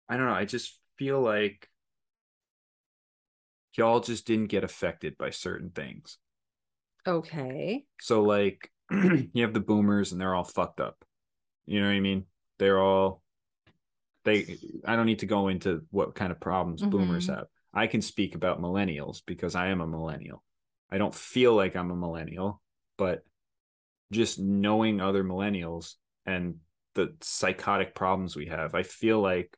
S1: i don't know i just feel like y'all just didn't get affected by certain things
S2: Okay,
S1: so like you have the boomers and they're all fucked up. You know what I mean? They're all they I don't need to go into what kind of problems boomers
S2: Mhm.
S1: have. I can speak about millennials because I am a millennial. I don't feel like I'm a millennial, but just knowing other millennials and the psychotic problems we have, I feel like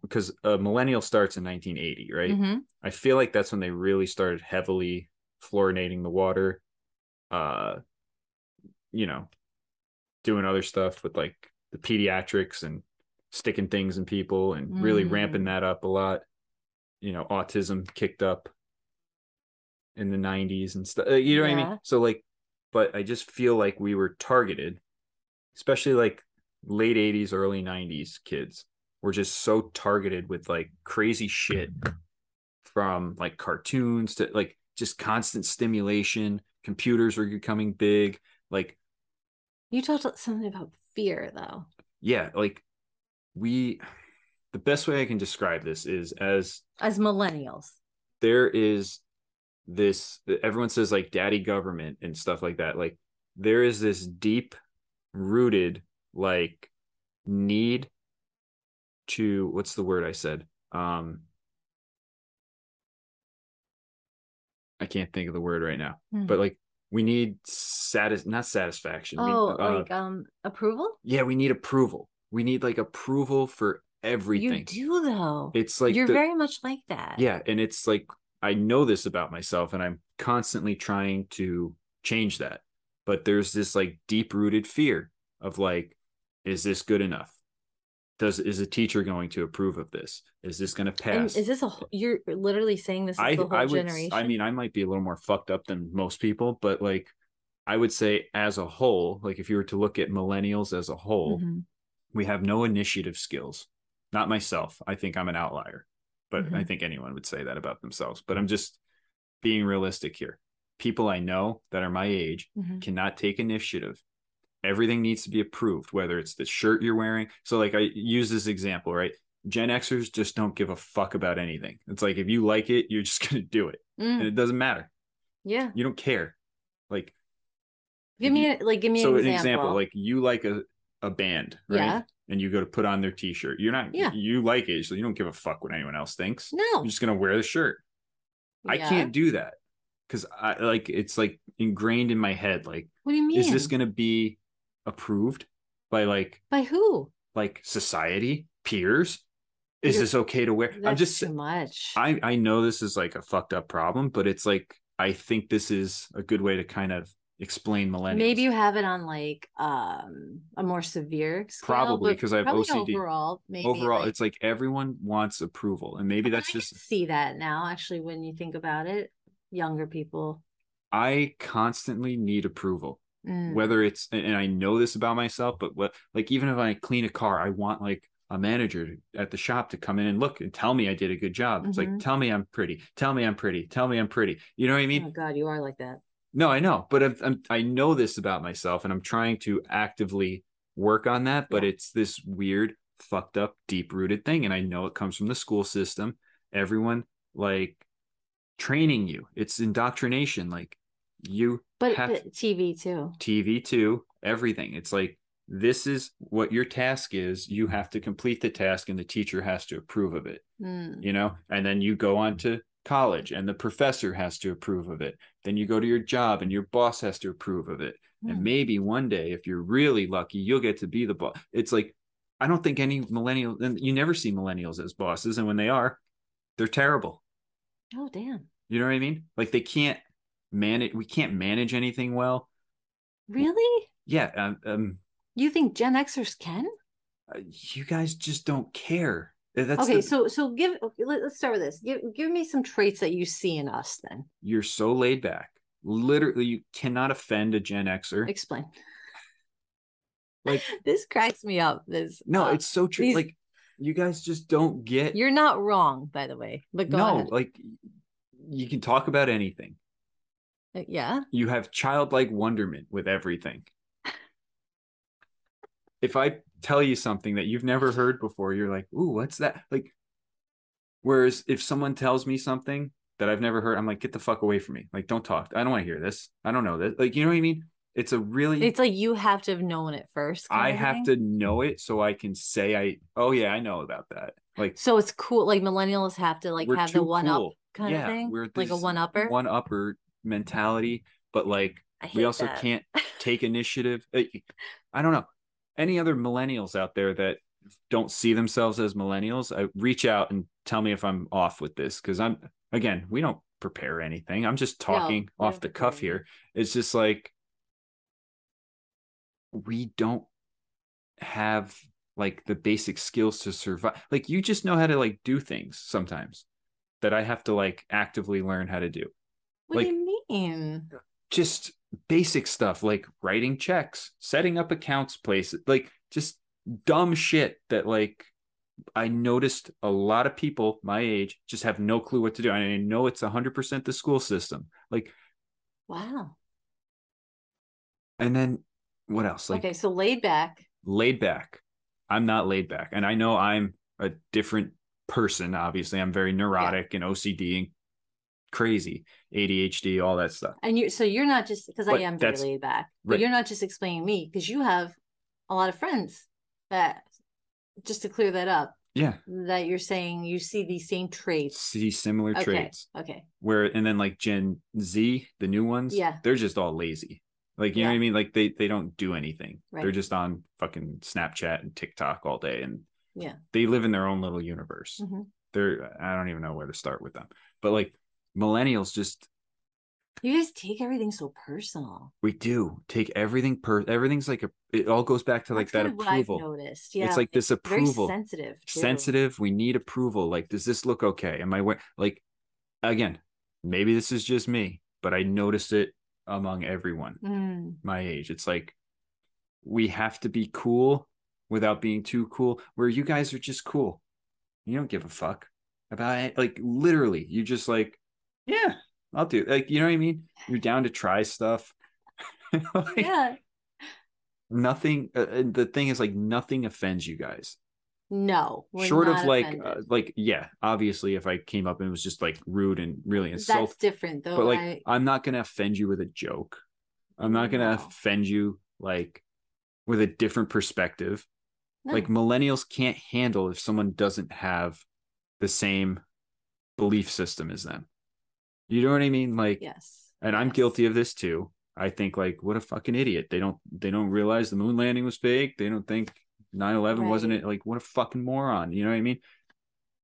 S1: because a millennial starts in 1980, right?
S2: Mhm.
S1: I feel like that's when they really started heavily fluorinating the water, uh, you know, doing other stuff with like the pediatrics and sticking things in people and really
S2: Mm.
S1: ramping that up a lot. You know, autism kicked up in the 90s and stuff. You know what I
S2: Yeah.
S1: mean? So, like, but I just feel like we were targeted, especially like late 80s, early 90s kids were just so targeted with like crazy shit from like cartoons to like just constant stimulation. Computers were becoming big. Like,
S2: You talked something about fear though.
S1: yeah, like we, the best way I can describe this is as
S2: As millennials.
S1: there is this everyone says like daddy government and stuff like that like there is this deep rooted like need to what's the word i said um i can't think of the word right now
S2: Hmm.
S1: but like we need satis not satisfaction we-
S2: oh,
S1: uh,
S2: like um approval?
S1: yeah we need approval we need like approval for everything
S2: You do though.
S1: it's like
S2: You're
S1: the-
S2: very much like that.
S1: yeah and it's like i know this about myself and i'm constantly trying to change that but there's this like deep rooted fear of like is this good enough does is a teacher going to approve of this is this going to
S2: And
S1: pass
S2: is this a wh- you're literally saying this is
S1: i
S2: the whole
S1: i would
S2: generation?
S1: i mean i might be a little more fucked up than most people but like i would say as a whole like if you were to look at millennials as a whole
S2: Mhm.
S1: we have no initiative skills not myself i think i'm an outlier but i
S2: Mhm.
S1: think anyone would say that about themselves but i'm just being realistic here people i know that are my age
S2: Mhm.
S1: cannot take initiative everything needs to be approved whether it's the shirt you're wearing so like i use this example right gen xers just don't give a fuck about anything it's like if you like it you're just going to do it
S2: Mm,
S1: and it doesn't matter
S2: yeah.
S1: you don't care like
S2: Give me a, like give me
S1: so
S2: an, example.
S1: like you like a a band right
S2: Yeah.
S1: and you go to put on their t-shirt you're not
S2: Yeah.
S1: you like it so you don't give a fuck what anyone else thinks
S2: no.
S1: you're just gonna wear the shirt i
S2: Yeah.
S1: can't do that because i like it's like ingrained in my head like
S2: What do you mean?
S1: is this gonna be approved by like
S2: by who?
S1: like society peers is
S2: You're-
S1: this okay to wear i'm
S2: That's
S1: just
S2: too much.
S1: I I know this is like a fucked up problem, but it's like I think this is a good way to kind of explain millennials.
S2: Maybe you have it on like um a more severe scale,
S1: Probably,
S2: but
S1: 'cause I have
S2: probably
S1: OCD.
S2: Overall, maybe
S1: overall
S2: like-
S1: it's like everyone wants approval and maybe that's
S2: I can
S1: just
S2: see that now. Actually, when you think about it, younger people.
S1: i constantly need approval
S2: Mm.
S1: whether it's and and i know this about myself but what like even if i clean a car i want like a manager at the shop to come in and look and tell me i did a good job it's like
S2: Mhm.
S1: tell me i'm pretty tell me i'm pretty tell me i'm pretty you know what i
S2: oh
S1: mean
S2: my god, you are like that.
S1: no i know but I'm, I'm i know this about myself and i'm trying to actively work on that but
S2: Yeah.
S1: it's this weird fucked up deep rooted thing and i know it comes from the school system everyone like training you it's indoctrination like you
S2: But,
S1: have
S2: but TV too.
S1: tv too everything it's like this is what your task is you have to complete the task and the teacher has to approve of it
S2: Mm.
S1: you know and then you go on to college and the professor has to approve of it then you go to your job and your boss has to approve of it and
S2: Hmm.
S1: maybe one day if you're really lucky you'll get to be the boss it's like i don't think any millennial and you never see millennials as bosses and when they are they're terrible
S2: Oh damn!
S1: you know what i mean like they can't manage we can't manage anything well
S2: Really?
S1: yeah um, um
S2: You think Gen Xers can?
S1: uh, you guys just don't care that's
S2: okay,
S1: the-
S2: so so give okay, let, us start with this. Give give me some traits that you see in us. Then
S1: you're so laid back literally you cannot offend a gen xer
S2: explain.
S1: like
S2: This cracks me up. This
S1: No,
S2: uh,
S1: it's so true.
S2: these-
S1: Like you guys just don't get
S2: you're not wrong, by the way. But go
S1: no,
S2: ahead.
S1: like you can talk about anything.
S2: Uh, Yeah.
S1: You have childlike wonderment with everything. If I tell you something that you've never heard before, you're like, "Ooh, what's that?" Like whereas if someone tells me something that I've never heard. I'm like, get the fuck away from me. Like, don't talk. I don't want to hear this. I don't know this. Like, you know what I mean? It's a really
S2: It's like you have to have known it first. kind
S1: I
S2: of
S1: have
S2: thing.
S1: to know it so I can say I oh yeah, I know about that. Like
S2: So it's cool. Like millennials have to like
S1: we're
S2: have the
S1: too
S2: one up
S1: cool.
S2: kind
S1: Yeah,
S2: of thing.
S1: we're
S2: like a
S1: this
S2: one upper.
S1: One upper mentality, but like
S2: I hate
S1: we also
S2: that.
S1: can't take initiative. Uh, I don't know. Any other millennials out there that don't see themselves as millennials, I reach out and tell me if I'm off with this because I'm again, we don't prepare anything. I'm just
S2: No,
S1: talking
S2: we
S1: off
S2: don't
S1: the
S2: prepare
S1: cuff here. It's just like we don't have like the basic skills to survive. Like you just know how to like do things sometimes that I have to like actively learn how to do
S2: What do
S1: like-
S2: you mean?
S1: just basic stuff like writing checks, setting up accounts places, like just dumb shit that like I noticed a lot of people my age just have no clue what to do. And I know it's 100% the school system. Like,
S2: Wow.
S1: and then what else? Like
S2: okay, so laid back.
S1: laid back. I'm not laid back. And I know I'm a different person. Obviously, I'm very neurotic and OCD and crazy, ADHD, all that stuff.
S2: And you so you're not just because I
S1: But
S2: am very
S1: that's-
S2: laid back, but
S1: right.
S2: you're not just explaining me because you have a lot of friends that just to clear that up,
S1: Yeah.
S2: that you're saying you see these same traits.
S1: See similar
S2: Okay.
S1: traits.
S2: Okay.
S1: where and then like gen z the new ones
S2: Yeah.
S1: they're just all lazy like you know
S2: Yeah.
S1: what i mean like they they don't do anything they're
S2: Right.
S1: just on fucking snapchat and tiktok all day and
S2: Yeah.
S1: they live in their own little universe
S2: Mhm.
S1: they're i don't even know where to start with them but like millennials just
S2: You guys take everything so personal.
S1: we do take everything per everything's like a it all goes back to like that
S2: That's kind of what I've
S1: approval
S2: noticed. Yeah.
S1: it's like this
S2: very
S1: approval
S2: sensitive. too.
S1: sensitive we need approval like does this look okay am i wearing like again maybe this is just me but i notice it among everyone
S2: Mm,
S1: my age it's like we have to be cool without being too cool where you guys are just cool you don't give a fuck about it like literally you just like yeah i'll do it. like you know what i mean you're down to try stuff Like,
S2: yeah.
S1: nothing uh, and the thing is like nothing offends you guys
S2: No. we're
S1: short of
S2: not
S1: like
S2: offended.
S1: uh, like yeah obviously if i came up and was just like rude and really
S2: That's
S1: insulting
S2: different though.
S1: but like
S2: I-
S1: i'm not gonna offend you with a joke i'm not gonna
S2: No.
S1: offend you like with a different perspective
S2: no.
S1: like millennials can't handle if someone doesn't have the same belief system as them you know what i mean like
S2: yes.
S1: and i'm
S2: yes.
S1: guilty of this too i think like what a fucking idiot they don't they don't realize the moon landing was fake they don't think 9-11 wasn't
S2: Right.
S1: it like what a fucking moron you know what i mean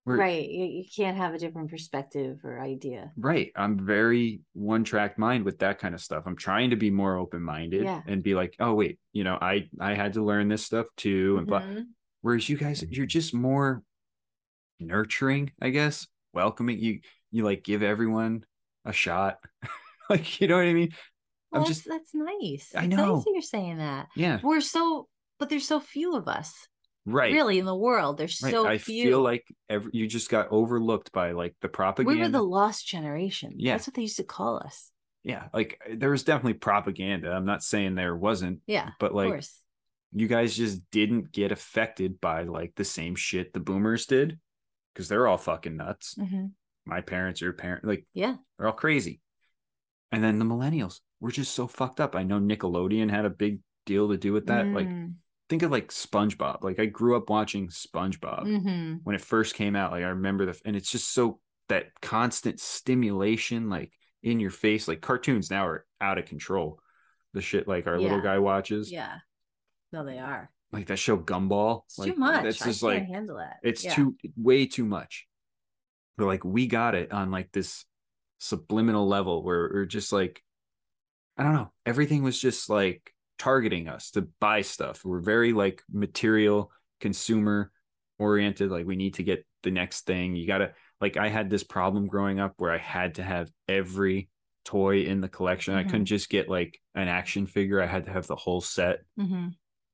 S1: We're-
S2: Right. You, you can't have a different perspective or idea.
S1: right i'm very one track mind with that kind of stuff i'm trying to be more open minded
S2: Yeah.
S1: and be like oh wait you know i i had to learn this stuff too and blah.
S2: Mhm.
S1: whereas you guys you're just more nurturing i guess welcoming you you like give everyone a shot like you know what i mean I'm
S2: Well,
S1: just-
S2: that's, that's nice.
S1: I
S2: It's nice
S1: know.
S2: that you're saying that.
S1: yeah
S2: We're so, but there's so few of us
S1: right
S2: really in the world. There's
S1: right
S2: so
S1: i
S2: few.
S1: feel like every, you just got overlooked by like the propaganda
S2: we were the lost generation.
S1: Yeah.
S2: That's what they used to call us.
S1: yeah like there was definitely propaganda i'm not saying there wasn't
S2: Yeah.
S1: but
S2: of
S1: like
S2: course.
S1: you guys just didn't get affected by like the same shit the boomers did because they're all fucking nuts.
S2: hmm
S1: My parents, your parent, like
S2: Yeah.
S1: they're all crazy. And then the millennials, we're just so fucked up. I know Nickelodeon had a big deal to do with that. Like
S2: Mm. Mm-hmm.
S1: think of like SpongeBob. Like I grew up watching SpongeBob
S2: hmm
S1: when it first came out. Like I remember the and it's just so that constant stimulation like in your face. Like cartoons now are out of control. The shit like our little
S2: Yeah.
S1: guy watches.
S2: Yeah. No, they are.
S1: Like that show Gumball.
S2: It's
S1: like
S2: too much.
S1: That's
S2: I
S1: just
S2: can't
S1: like
S2: handle that.
S1: it's
S2: Yeah.
S1: too way too much but like we got it on like this subliminal level where we're just like i don't know everything was just like targeting us to buy stuff we're very like material consumer oriented like we need to get the next thing you gotta like i had this problem growing up where i had to have every toy in the collection i
S2: Mhm.
S1: couldn't just get like an action figure i had to have the whole set
S2: hmm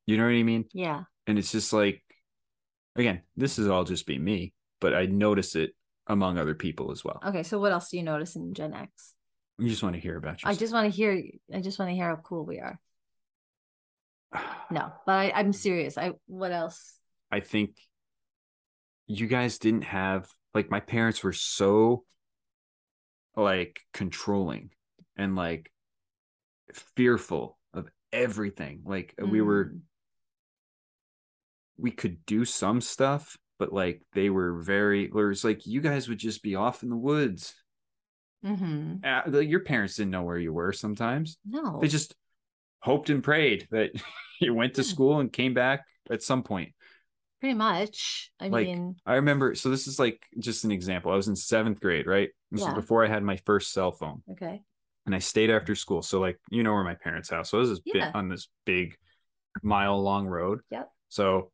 S1: you know what i mean
S2: Yeah.
S1: and it's just like again this is all just be me but i notice it among other people as well
S2: Okay. So what else do you notice in Gen X?
S1: you just want to hear about
S2: I
S1: yourself
S2: just want to hear. I just want to hear how cool we are. No, but I,
S1: Mm.
S2: I'm serious. I what else?
S1: i think you guys didn't have like my parents were so like controlling and like fearful of everything. Like we were
S2: Mm.
S1: we could do some stuff, but like they were very whereas like you guys would just be off in the woods.
S2: Mhm.
S1: Uh, like, your parents didn't know where you were sometimes.
S2: No.
S1: They just hoped and prayed that you went to
S2: Yeah.
S1: school and came back at some point.
S2: pretty much. I
S1: like-
S2: mean,
S1: I remember so this is like just an example. I was in 7th grade, right? This
S2: Yeah.
S1: is before I had my first cell phone.
S2: okay.
S1: and I stayed after school. So like you know where my parents' house was is
S2: Yeah.
S1: bit on this big mile long road.
S2: Yep.
S1: So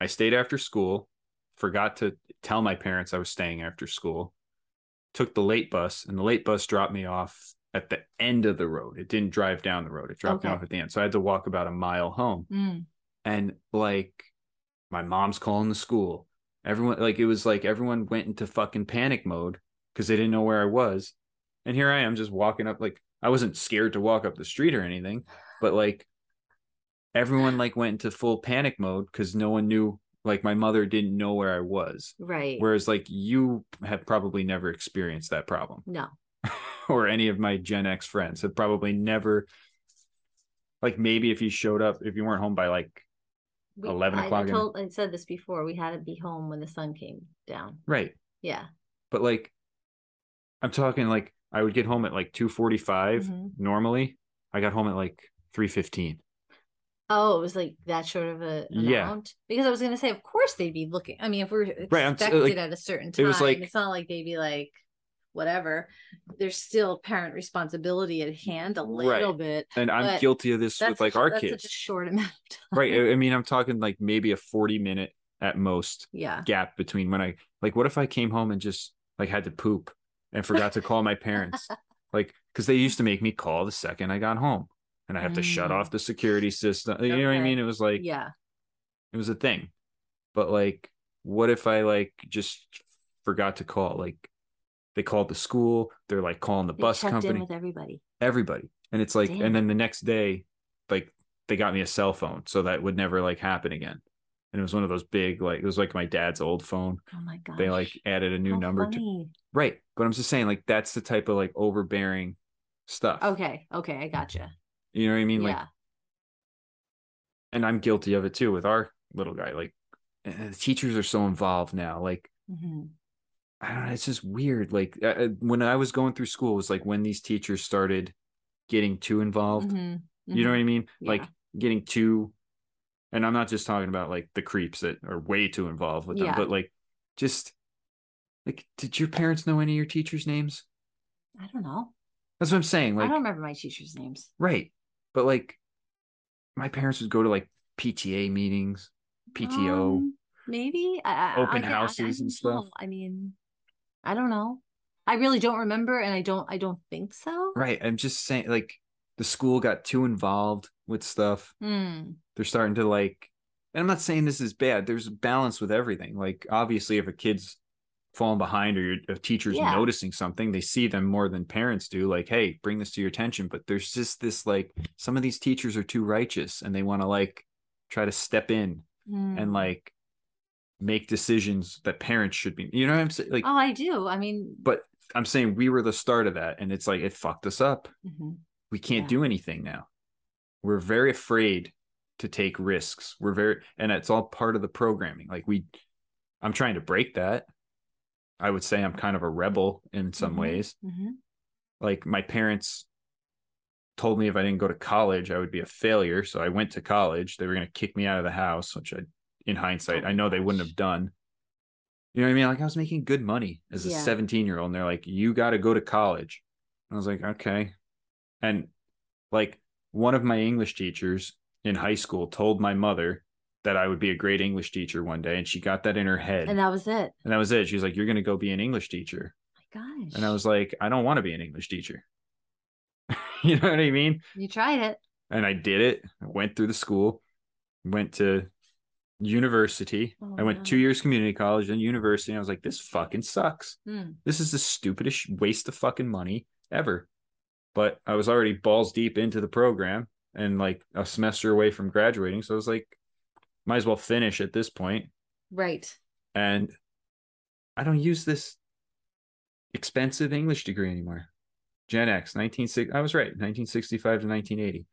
S1: I stayed after school, forgot to tell my parents I was staying after school, took the late bus, and the late bus dropped me off at the end of the road. It didn't drive down the road. It dropped me
S2: Okay.
S1: off at the end. So I had to walk about a mile home.
S2: Mm.
S1: And like my mom's calling the school. Everyone like it was like everyone went into fucking panic mode because they didn't know where I was. And here I am just walking up like I wasn't scared to walk up the street or anything, but like everyone like went into full panic mode because no one knew like my mother didn't know where I was.
S2: Right.
S1: Whereas like you have probably never experienced that problem
S2: no.
S1: or any of my Gen X friends have probably never like maybe if you showed up if you weren't home by like
S2: We,
S1: 11
S2: I- I,
S1: o'clock in the-
S2: told, I said this before. We had to be home when the sun came down.
S1: right
S2: Yeah.
S1: but like i'm talking like i would get home at like 2.45
S2: Mhm.
S1: normally i got home at like 3.15
S2: Oh, it was like that short of a amount?
S1: Yeah.
S2: Because I was gonna say, of course they'd be looking. I mean, if we're
S1: Right, I'm
S2: expected
S1: s- like,
S2: at a certain
S1: it
S2: time,
S1: was like-
S2: it's not like they'd be like, whatever. There's still parent responsibility at hand a
S1: Right.
S2: little bit.
S1: and i'm
S2: But
S1: guilty of this with
S2: That's
S1: like
S2: such-
S1: our
S2: that's
S1: kids
S2: such a short amount. Of time.
S1: right I- i mean i'm talking like maybe a 40 minute at most
S2: Yeah.
S1: gap between when i like what if i came home and just like had to poop and forgot to call my parents like because they used to make me call the second i got home and i have to shut
S2: Mm.
S1: off the security system you know what i
S2: Okay.
S1: mean it was like
S2: yeah.
S1: it was a thing but like what if i like just forgot to call like they called the school they're like calling the
S2: They
S1: bus
S2: checked
S1: company
S2: in with everybody.
S1: everybody and it's like
S2: Damn.
S1: and then the next day like they got me a cell phone so that would never like happen again and it was one of those big like it was like my dad's old phone
S2: Oh my god.
S1: they like added a new number to right but i'm just saying like that's the type of like overbearing stuff
S2: Okay. Okay. I gotcha.
S1: you know what i mean like
S2: yeah.
S1: and i'm guilty of it too with our little guy like eh, teachers are so involved now like
S2: Mhm.
S1: I don't know. It's just weird. Like uh, uh, when I was going through school, it was like when these teachers started getting too involved.
S2: Mhm.
S1: You know
S2: Mhm.
S1: what I mean?
S2: Yeah.
S1: Like getting too, and I'm not just talking about like the creeps that are way too involved with them,
S2: Yeah.
S1: but like just like, did your parents know any of your teachers' names?
S2: I don't know.
S1: That's what I'm saying.
S2: I
S1: Like,
S2: don't remember my teachers' names.
S1: right. But like my parents would go to like PTA meetings, PTO.
S2: Um, maybe I, I,
S1: Open
S2: I,
S1: houses
S2: I, I
S1: and
S2: don't
S1: stuff.
S2: know. I mean, I don't know. I really don't remember, and I don't. I don't think so.
S1: right. I'm just saying, like, the school got too involved with stuff.
S2: Hmm.
S1: they're starting to like and i'm not saying this is bad there's a balance with everything like obviously if a kid's falling behind or your if teacher's
S2: Yeah.
S1: noticing something they see them more than parents do like hey bring this to your attention but there's just this like some of these teachers are too righteous and they want to like try to step in
S2: Hmm.
S1: and like make decisions that parents should be you know what i'm saying like
S2: oh, I do. I mean,
S1: but i'm saying we were the start of that and it's like it fucked us up
S2: mhm.
S1: we can't
S2: Yeah.
S1: do anything now. We're very afraid to take risks. We're very, and it's all part of the programming. Like we, I'm trying to break that. I would say I'm kind of a rebel in some
S2: Mhm.
S1: ways.
S2: Mhm.
S1: Like my parents told me if I didn't go to college, I would be a failure. So I went to college. They were going to kick me out of the house, which I, in hindsight,
S2: Oh
S1: I know they wouldn't
S2: gosh.
S1: have done. You know what I mean? Like I was making good money as a
S2: Yeah.
S1: 17 year old, and they're like, you got to go to college. I was like, okay. And like one of my English teachers in high school told my mother that I would be a great English teacher one day. And she got that in her head.
S2: and that was it.
S1: and that was it. She was like, you're going to go be an English teacher.
S2: My gosh.
S1: And I was like, I don't want to be an English teacher. you know what I mean?
S2: You tried it.
S1: and I did it. I went through the school, went to university.
S2: Oh,
S1: I went
S2: no.
S1: two years community college, then university. And I was like, this fucking sucks.
S2: Hmm.
S1: This is the stupidest sh- waste of fucking money ever. But I was already balls deep into the program and like a semester away from graduating. So I was like, might as well finish at this point.
S2: Right.
S1: And I don't use this expensive English degree anymore. Gen X, 1960. I was right, 1965 to 1980.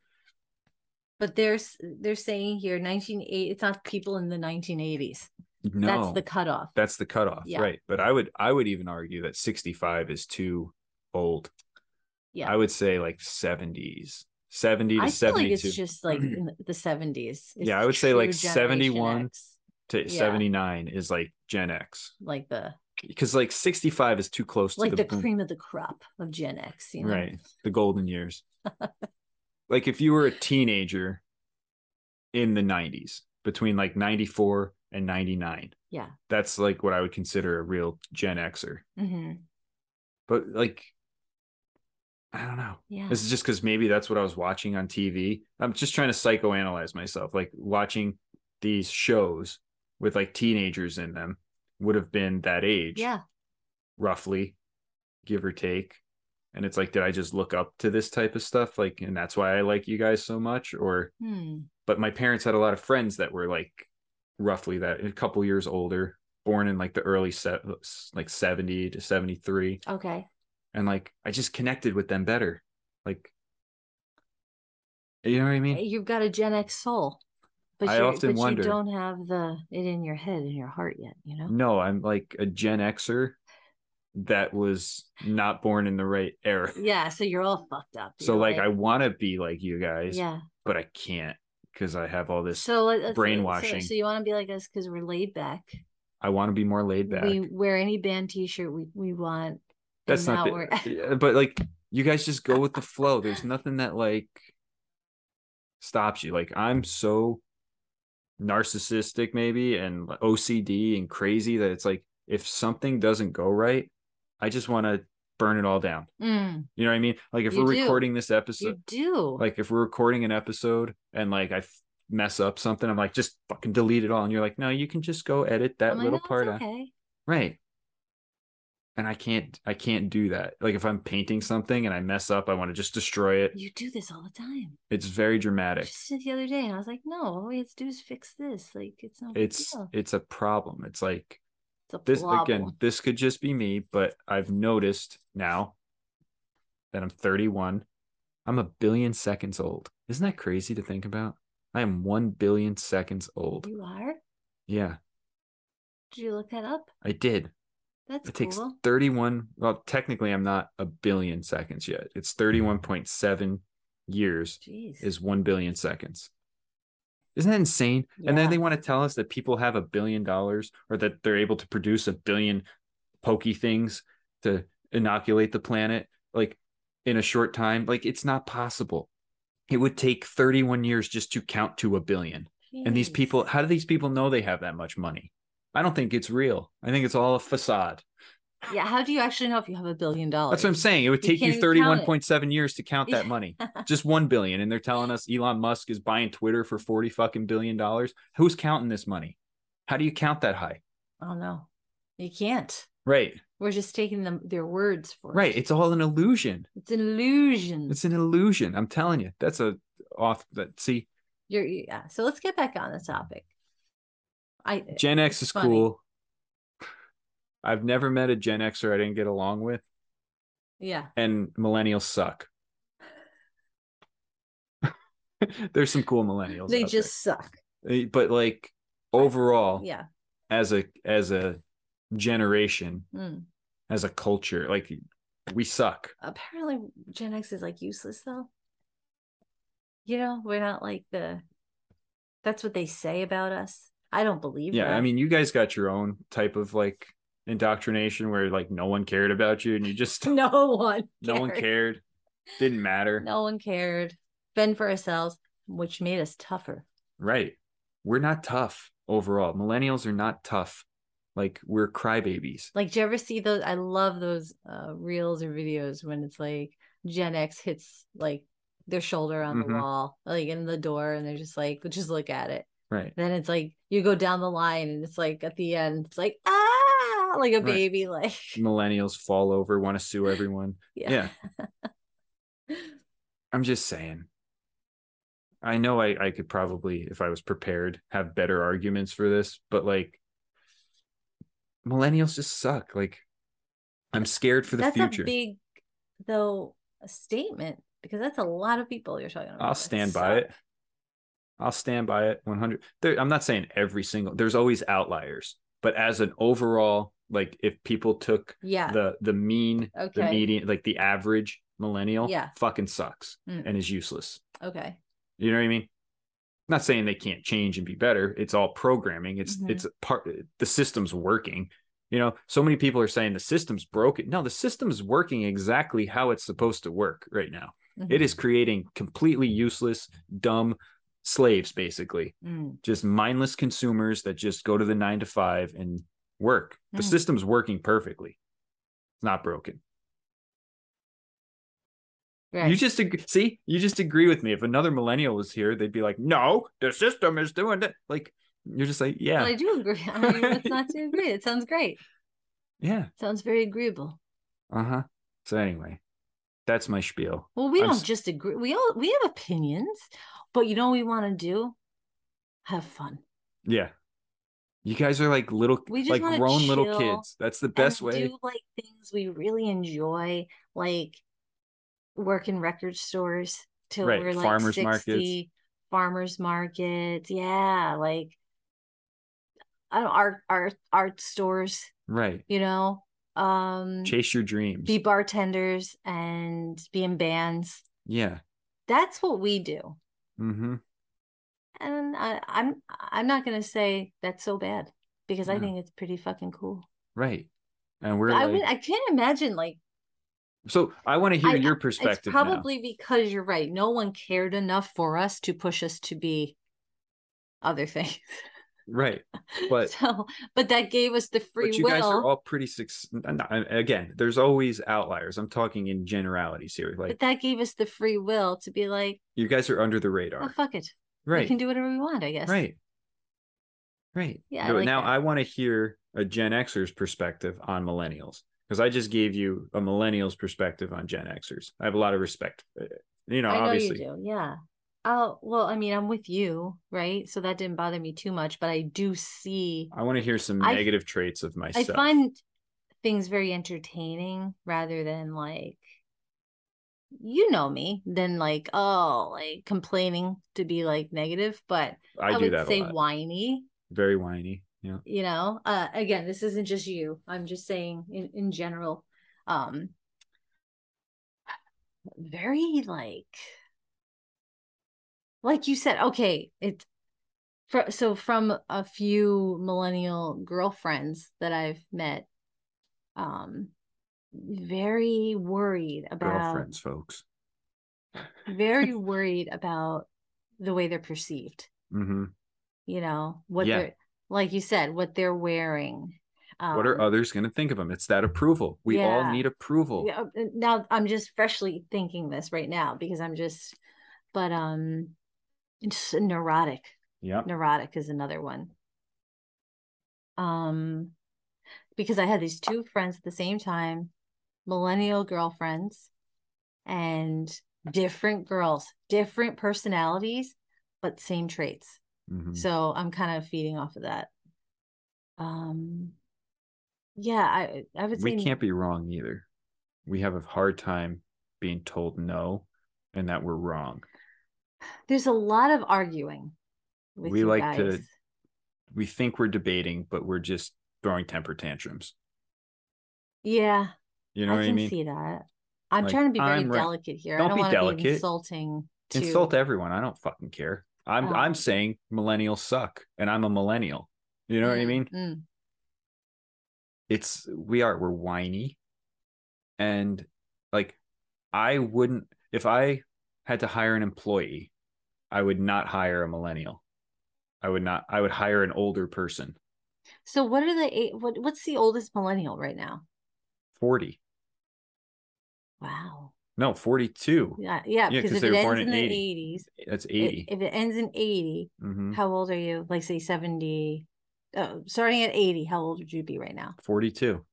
S2: But there's they're saying here 1980 it's not people in the 1980s.
S1: No,
S2: That's the cutoff.
S1: that's the cutoff,
S2: Yeah.
S1: right? But I would I would even argue that 65 is too old.
S2: Yeah.
S1: I would say like 70s, 70 to
S2: I feel
S1: 72
S2: like it's just like in the- the 70s. It's
S1: Yeah, I would say, like,
S2: true Generation
S1: 71.
S2: X,
S1: to
S2: yeah.
S1: 79 is like Gen X
S2: like the
S1: because like 65 is too close to
S2: like the
S1: boom-
S2: cream of the crop of Gen X, you know.
S1: right the golden years. like if you were a teenager in the 90s between like 94 and 99.
S2: Yeah.
S1: That's like what I would consider a real Gen Xer.
S2: hmm
S1: But like I don't know.
S2: Yeah.
S1: This is just because maybe that's what I was watching on TV. I'm just trying to psychoanalyze myself. Like watching these shows with like teenagers in them would have been that age,
S2: Yeah.
S1: roughly, give or take. And it's like, did I just look up to this type of stuff? Like, and that's why I like you guys so much? Or,
S2: Hmm.
S1: but my parents had a lot of friends that were like roughly that, a couple years older, born in like the early, se- like 70 to 73
S2: Okay.
S1: and like I just connected with them better. Like, you know what I mean?
S2: You've got a Gen X soul. But,
S1: Mm. I
S2: you're,
S1: often
S2: but
S1: wonder- Mm.
S2: you don't have the it in your head in your heart yet, you know?
S1: No, I'm like a Gen Xer that was not born in the right era.
S2: Yeah, so you're all fucked up.
S1: So
S2: You're
S1: like, I want to be like you guys,
S2: yeah.
S1: but I can't because I have all this.
S2: So let- let's- so-
S1: brainwashing.
S2: So, you want to be like us because we're laid back.
S1: I want to be more laid back.
S2: We wear any band T-shirt we we want. and
S1: That's not.
S2: now
S1: The,
S2: we're-
S1: Yeah, but like, you guys just go with the flow. There's nothing that like stops you. Like I'm so narcissistic maybe and OCD and crazy that it's like if something doesn't go right, I just want to burn it all down.
S2: Mm,
S1: You know what I mean? Like if
S2: You
S1: we're
S2: do.
S1: recording this episode,
S2: you do.
S1: like if we're recording an episode and like I f- mess up something, I'm like just fucking delete it all and you're like, "No, you can just go edit that
S2: I'm like,
S1: little
S2: "No, it's
S1: part out."
S2: Okay.
S1: Right. And I can't I can't do that. Like if I'm painting something and I mess up, I want to just destroy it.
S2: You do this all the time.
S1: It's very dramatic.
S2: Just did the other day, and I was like, "No, all we have to do is fix this. Like, it's not.
S1: it's it's a problem it's like
S2: it's a
S1: this
S2: blob.
S1: again this could just be me but i've noticed now that i'm 31 i'm a billion seconds old isn't that crazy to think about i am 1 billion seconds old
S2: You are.
S1: yeah
S2: Did you look that up?
S1: i did
S2: That's
S1: it takes
S2: cool.
S1: 31 well technically i'm not a billion seconds yet it's 31.7 years
S2: Jeez.
S1: is 1 billion seconds. Isn't that insane? And
S2: Yeah.
S1: then they want to tell us that people have a billion dollars or that they're able to produce a billion pokey things to inoculate the planet like in a short time. Like it's not possible. It would take 31 years just to count to a billion. And these
S2: Jeez.
S1: people, how do these people know they have that much money? I don't think it's real. I think it's all a facade.
S2: Yeah. How do you actually know if you have a billion dollars?
S1: That's what I'm saying. It would
S2: You
S1: take you
S2: can't even count it.
S1: 31.7 years to count that
S2: Yeah.
S1: money. Just 1 billion and they're telling us Elon Musk is buying Twitter for 40 fucking billion dollars. Who's counting this money? How do you count that high?
S2: Oh no, you can't.
S1: Right.
S2: We're just taking them their words for
S1: Right.
S2: it.
S1: It's all an illusion.
S2: It's an illusion.
S1: It's an illusion. I'm telling you. That's a off that see
S2: You're yeah. So let's get back on the topic. I
S1: Gen X
S2: It's
S1: is
S2: funny.
S1: cool. I've never met a Gen Xer I didn't get along with
S2: yeah.
S1: and millennials suck. There's some cool millennials.
S2: They
S1: out there.
S2: just suck.
S1: Eh, but like overall
S2: Yeah.
S1: as a as a generation
S2: Mm.
S1: as a culture like we suck
S2: Apparently, Gen X is like useless though. You know, we're not like the. That's what they say about us. I don't believe.
S1: yeah
S2: that.
S1: i mean you guys got your own type of like indoctrination where like no one cared about you and you just
S2: no one. Cared.
S1: no one cared didn't matter
S2: No one cared. Fend for ourselves, which made us tougher.
S1: right we're not tough overall millennials are not tough like we're crybabies
S2: Like, do you ever see those? I love those uh, reels or videos when it's like Gen X hits like their shoulder on the
S1: Mhm.
S2: wall, like in the door, and they're just like, just look at it.
S1: right
S2: Then it's like you go down the line, and it's like at the end, it's like ah, like a
S1: Right.
S2: baby, like
S1: millennials fall over want to sue everyone yeah. I'm just saying. I know I, I could probably, if I was prepared, have better arguments for this, but like millennials just suck. Like I'm scared for the
S2: that's
S1: future.
S2: a big though a statement because that's a lot of people you're talking about.
S1: I'll stand by it. I'll stand by it 100. There, I'm not saying every single. There's always outliers, but as an overall, like if people took
S2: Yeah.
S1: the the mean, the
S2: Okay.
S1: median, like the average millennial,
S2: Yeah.
S1: fucking sucks
S2: Mm.
S1: and is useless.
S2: okay.
S1: You know what I mean? Not saying they can't change and be better. It's all programming. It's
S2: Mhm.
S1: it's a part the system's working. You know, so many people are saying the system's broken. No, the system's working exactly how it's supposed to work right now. It is creating completely useless, dumb slaves, basically,
S2: Mhm.
S1: just mindless consumers that just go to the nine to five and work. The
S2: Mm.
S1: system's working perfectly. It's not broken.
S2: Right.
S1: You just ag- see, you just agree with me. If another millennial was here, they'd be like, "No, the system is doing that." Like you're just like, "Yeah,
S2: But I do agree. I mean, what's not to agree? It sounds great.
S1: yeah,
S2: Sounds very agreeable.
S1: uh huh." So anyway, that's my spiel.
S2: Well, we
S1: I'm
S2: don't
S1: s-
S2: just agree. We all we have opinions, but you know what we want to do? Have fun.
S1: Yeah, you guys are like little,
S2: We just
S1: like
S2: wanna
S1: grown little
S2: chill
S1: kids. That's the best
S2: and
S1: way.
S2: do like things we really enjoy, like work in record stores till
S1: Right,
S2: we're like
S1: farmers markets.
S2: 60, farmers markets. Yeah, like I don't art art art stores,
S1: right?
S2: you know. Um
S1: Chase your dreams.
S2: be bartenders and be in bands.
S1: yeah.
S2: That's what we do.
S1: Mm-hmm.
S2: And I, I'm I'm not gonna say that's so bad because I
S1: No.
S2: think it's pretty fucking cool.
S1: Right. And we're
S2: I
S1: like,
S2: would I can't imagine like
S1: so I want to hear
S2: I-
S1: your
S2: it's
S1: perspective. now.
S2: probably because you're right. No one cared enough for us to push us to be other things.
S1: Right. But-
S2: so, but that gave us the free
S1: but you
S2: will.
S1: guys are all pretty success. Again, there's always outliers. I'm talking in generalities here. Like
S2: but that gave us the free will to be like,
S1: you guys are under the
S2: oh
S1: radar.
S2: fuck it, we
S1: Right.
S2: can do whatever we want. I guess.
S1: Right. Right.
S2: Yeah, I
S1: But
S2: like
S1: now
S2: that.
S1: I want to hear a Gen Xer's perspective on millennials because I just gave you a millennial's perspective on Gen Xers. I have a lot of respect. uh, You know,
S2: I know
S1: obviously.
S2: you do. Yeah. Oh well, I mean, I'm with you, right? So that didn't bother me too much, but I do see.
S1: I want to hear some
S2: I-
S1: negative traits of myself.
S2: I find things very entertaining rather than like you know me than like oh like complaining to be like negative but
S1: I do
S2: would
S1: that
S2: say
S1: a lot.
S2: whiny
S1: Very whiny. Yeah.
S2: you know uh again this isn't just you i'm just saying in, in general um very like like you said okay it's fro- so from a few millennial girlfriends that i've met um very worried about
S1: Girlfriends, folks.
S2: very worried about the way they're perceived
S1: Mm-hmm.
S2: you know what
S1: Yeah.
S2: they're like you said what they're wearing um,
S1: what are others going to think of them? It's that approval. We all
S2: yeah.
S1: need approval.
S2: Yeah, uh, now I'm just freshly thinking this right now because I'm just, but um, just neurotic.
S1: Yep.
S2: Neurotic is another one. Um, because I had these two friends at the same time, millennial girlfriends, and different girls, different personalities, but same traits.
S1: Mhm.
S2: So I'm kind of feeding off of that. Um, yeah, I I would say
S1: We can't be wrong either. We have a hard time being told no and that we're wrong.
S2: there's a lot of arguing with
S1: We
S2: you
S1: like to-
S2: guys.
S1: We think we're debating, but we're just throwing temper tantrums.
S2: yeah
S1: You know
S2: i
S1: what
S2: can
S1: I mean?
S2: see that i'm
S1: Like,
S2: trying to be very
S1: I'm right.
S2: delicate here
S1: Don't
S2: i don't
S1: be
S2: want to be
S1: delicate.
S2: insulting to
S1: Insult e, everyone. I don't fucking care. I'm
S2: Um,
S1: I'm saying millennials suck and I'm a millennial. You know what I
S2: Mm,
S1: mean?
S2: mm.
S1: it's we are we're whiny and like i wouldn't if i had to hire an employee i would not hire a millennial i would not i would hire an older person
S2: so what are the eight what, what's the oldest millennial right now
S1: 40
S2: wow
S1: no 42
S2: yeah yeah,
S1: Yeah, 'cause
S2: because if
S1: they
S2: it
S1: were born
S2: ends in
S1: in
S2: the
S1: 80.
S2: 80s
S1: that's
S2: i-
S1: 80
S2: if it ends in 80
S1: Mhm.
S2: how old are you like say 70 oh, starting at 80 how old would you be right now
S1: 42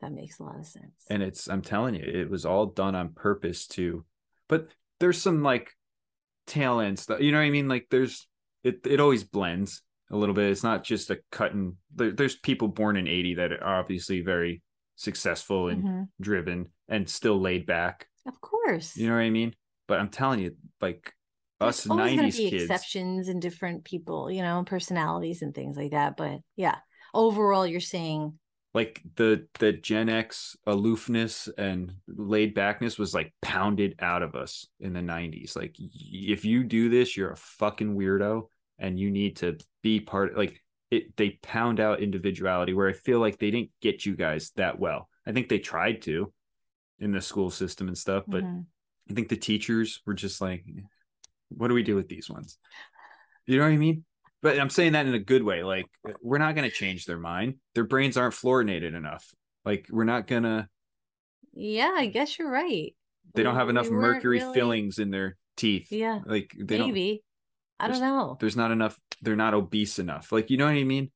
S2: that makes a lot of sense
S1: and it's i'm telling you it was all done on purpose to but there's some like tail end stuff you know what i mean like there's it it always blends a little bit. It's not just a cut and there, there's people born in 80 that are obviously very successful and
S2: Mhm.
S1: driven and still laid back.
S2: Of course.
S1: You know what I mean? But I'm telling you, like us
S2: There's always gonna
S1: 90s
S2: be
S1: kids.
S2: exceptions and different people, you know, personalities and things like that. But yeah, overall, you're saying
S1: like the the Gen X aloofness and laid backness was like pounded out of us in the 90s. Like y- if you do this, you're a fucking weirdo and you need to be part like it they pound out individuality where I feel like they didn't get you guys that well. I think they tried to in the school system and stuff, but
S2: Mhm.
S1: I think the teachers were just like, what do we do with these ones? You know what I mean? But I'm saying that in a good way. Like, we're not going to change their mind. Their brains aren't fluorinated enough. Like, we're not going to,
S2: yeah, I guess you're right.
S1: they don't have
S2: We
S1: enough
S2: weren't
S1: mercury
S2: really-
S1: fillings in their teeth.
S2: Yeah,
S1: Like, they don't,
S2: maybe. I don't know.
S1: there's not enough, they're not obese enough. Like, you know what I mean?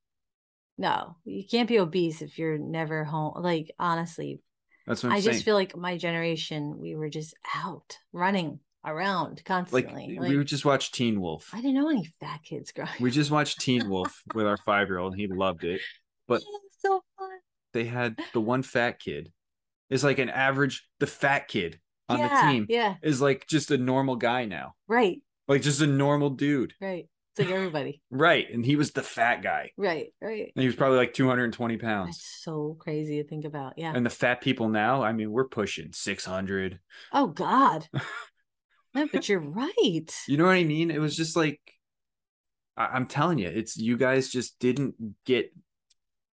S2: No, you can't be obese if you're never home. Like, honestly,
S1: That's what I'm
S2: I
S1: saying.
S2: just feel like my generation, we were just out running around
S1: like,
S2: constantly. Like,
S1: we would just watch Teen Wolf.
S2: I didn't know any fat kids growing
S1: We
S2: up.
S1: just watched Teen Wolf with our five year old and he loved it. but-
S2: It was so fun.
S1: They had the one fat kid is like an average, the fat kid on
S2: yeah,
S1: the team.
S2: Yeah,
S1: is like just a normal guy now,
S2: right,
S1: like just a normal dude,
S2: right. It's like everybody.
S1: right? And he was the fat guy,
S2: right, right.
S1: and he was probably like 220 pounds.
S2: That's so crazy to think about. Yeah.
S1: And the fat people now, I mean, we're pushing 600.
S2: oh God. no, but you're right.
S1: You know what I mean? It was just like, I- I'm telling you, it's you guys just didn't get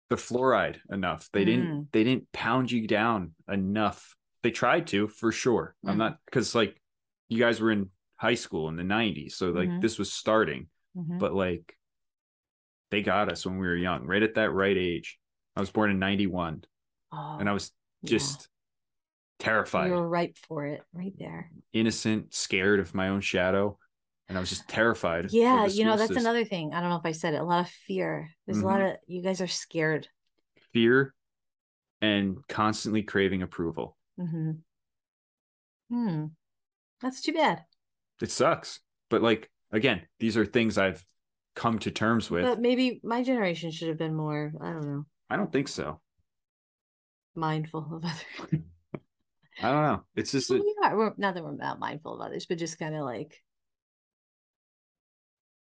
S1: the fluoride enough. They
S2: Mm.
S1: didn't. They didn't pound you down enough. They tried to, for sure.
S2: Mhm.
S1: I'm not because like you guys were in high school in the 90s, so like
S2: Mhm.
S1: this was starting.
S2: Mhm.
S1: but like they got us when we were young, right at that right age. I was born in 91
S2: Oh,
S1: and I was
S2: yeah.
S1: just terrified,
S2: you were ripe for it right there.
S1: innocent, scared of my own shadow. And I was just terrified. of
S2: Yeah,
S1: the
S2: you know
S1: school
S2: that's
S1: system.
S2: another thing. I don't know if I said it. A lot of fear. There's
S1: Mm-hmm.
S2: a lot of you guys are scared.
S1: fear and constantly craving approval.
S2: Mm-hmm. Hmm. That's too bad.
S1: It sucks. But like, again, these are things I've come to terms with.
S2: But maybe my generation should have been more. I don't know.
S1: I don't think so.
S2: Mindful of others.
S1: I don't know. It's just, a,
S2: we are. We're, not that we're not mindful of others, but just kind of like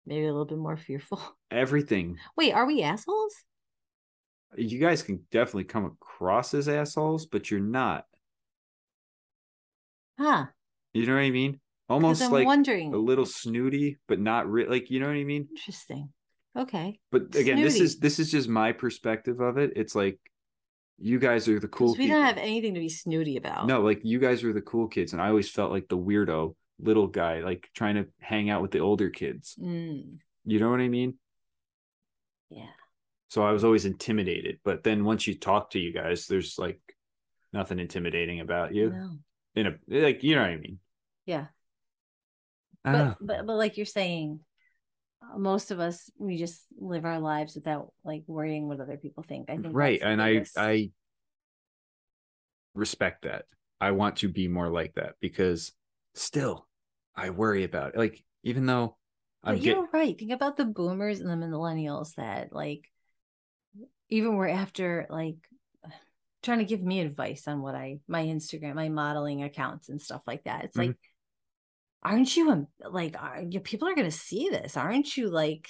S2: maybe a little bit more fearful.
S1: everything.
S2: Wait, are we assholes?
S1: You guys can definitely come across as assholes, but you're not.
S2: Huh?
S1: You know what I mean?
S2: 'Cause
S1: Almost
S2: I'm
S1: like
S2: wondering.
S1: a little snooty, but not really like you know what I mean?
S2: Interesting. Okay.
S1: But again, this is
S2: Snooty.
S1: this is just my perspective of it. It's like you guys are the
S2: 'Cause
S1: cool
S2: we
S1: people.
S2: don't have anything to be snooty about.
S1: no, like you guys were the cool kids, and I always felt like the weirdo little guy, like trying to hang out with the older kids.
S2: Mm,
S1: You know what I mean?
S2: yeah.
S1: So I was always intimidated. But then once you talk to you guys, there's like nothing intimidating about you.
S2: No.
S1: In a like you know what I mean? Ah,
S2: Yeah.
S1: I don't
S2: But, but but like you're saying, uh, most of us we just live our lives without like worrying what other people think. I think that's
S1: right
S2: the
S1: and i
S2: biggest-
S1: i respect that i want to be more like that because still i worry about it. like even though i'm
S2: But you're
S1: getting
S2: right. Think about the boomers and the millennials that like even were after like trying to give me advice on what I my Instagram, my modeling accounts and stuff like that. It's
S1: Mhm.
S2: like aren't you em- like are, your people are going to see this? Aren't you like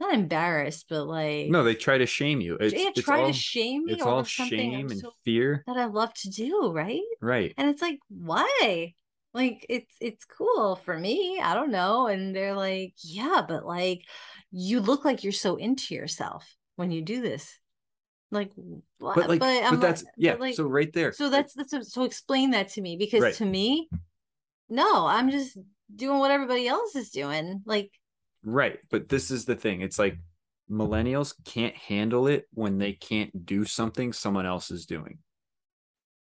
S2: not embarrassed but like
S1: no they try to shame you it's,
S2: yeah,
S1: it's
S2: try
S1: all,
S2: to shame me
S1: it's
S2: over
S1: all
S2: something I'm
S1: shame and
S2: so-
S1: fear
S2: that I love to do, right?
S1: right
S2: And it's like, why? Like it's it's cool for me. I don't know. And they're like, yeah, but like you look like you're so into yourself when you do this. Like what?
S1: but like but,
S2: I'm like-
S1: that's yeah
S2: but, like,
S1: so right there
S2: so that's that's so explain that to me because
S1: Right.
S2: to me, no, I'm just doing what everybody else is doing. Like
S1: right but this is the thing it's like millennials can't handle it when they can't do something someone else is doing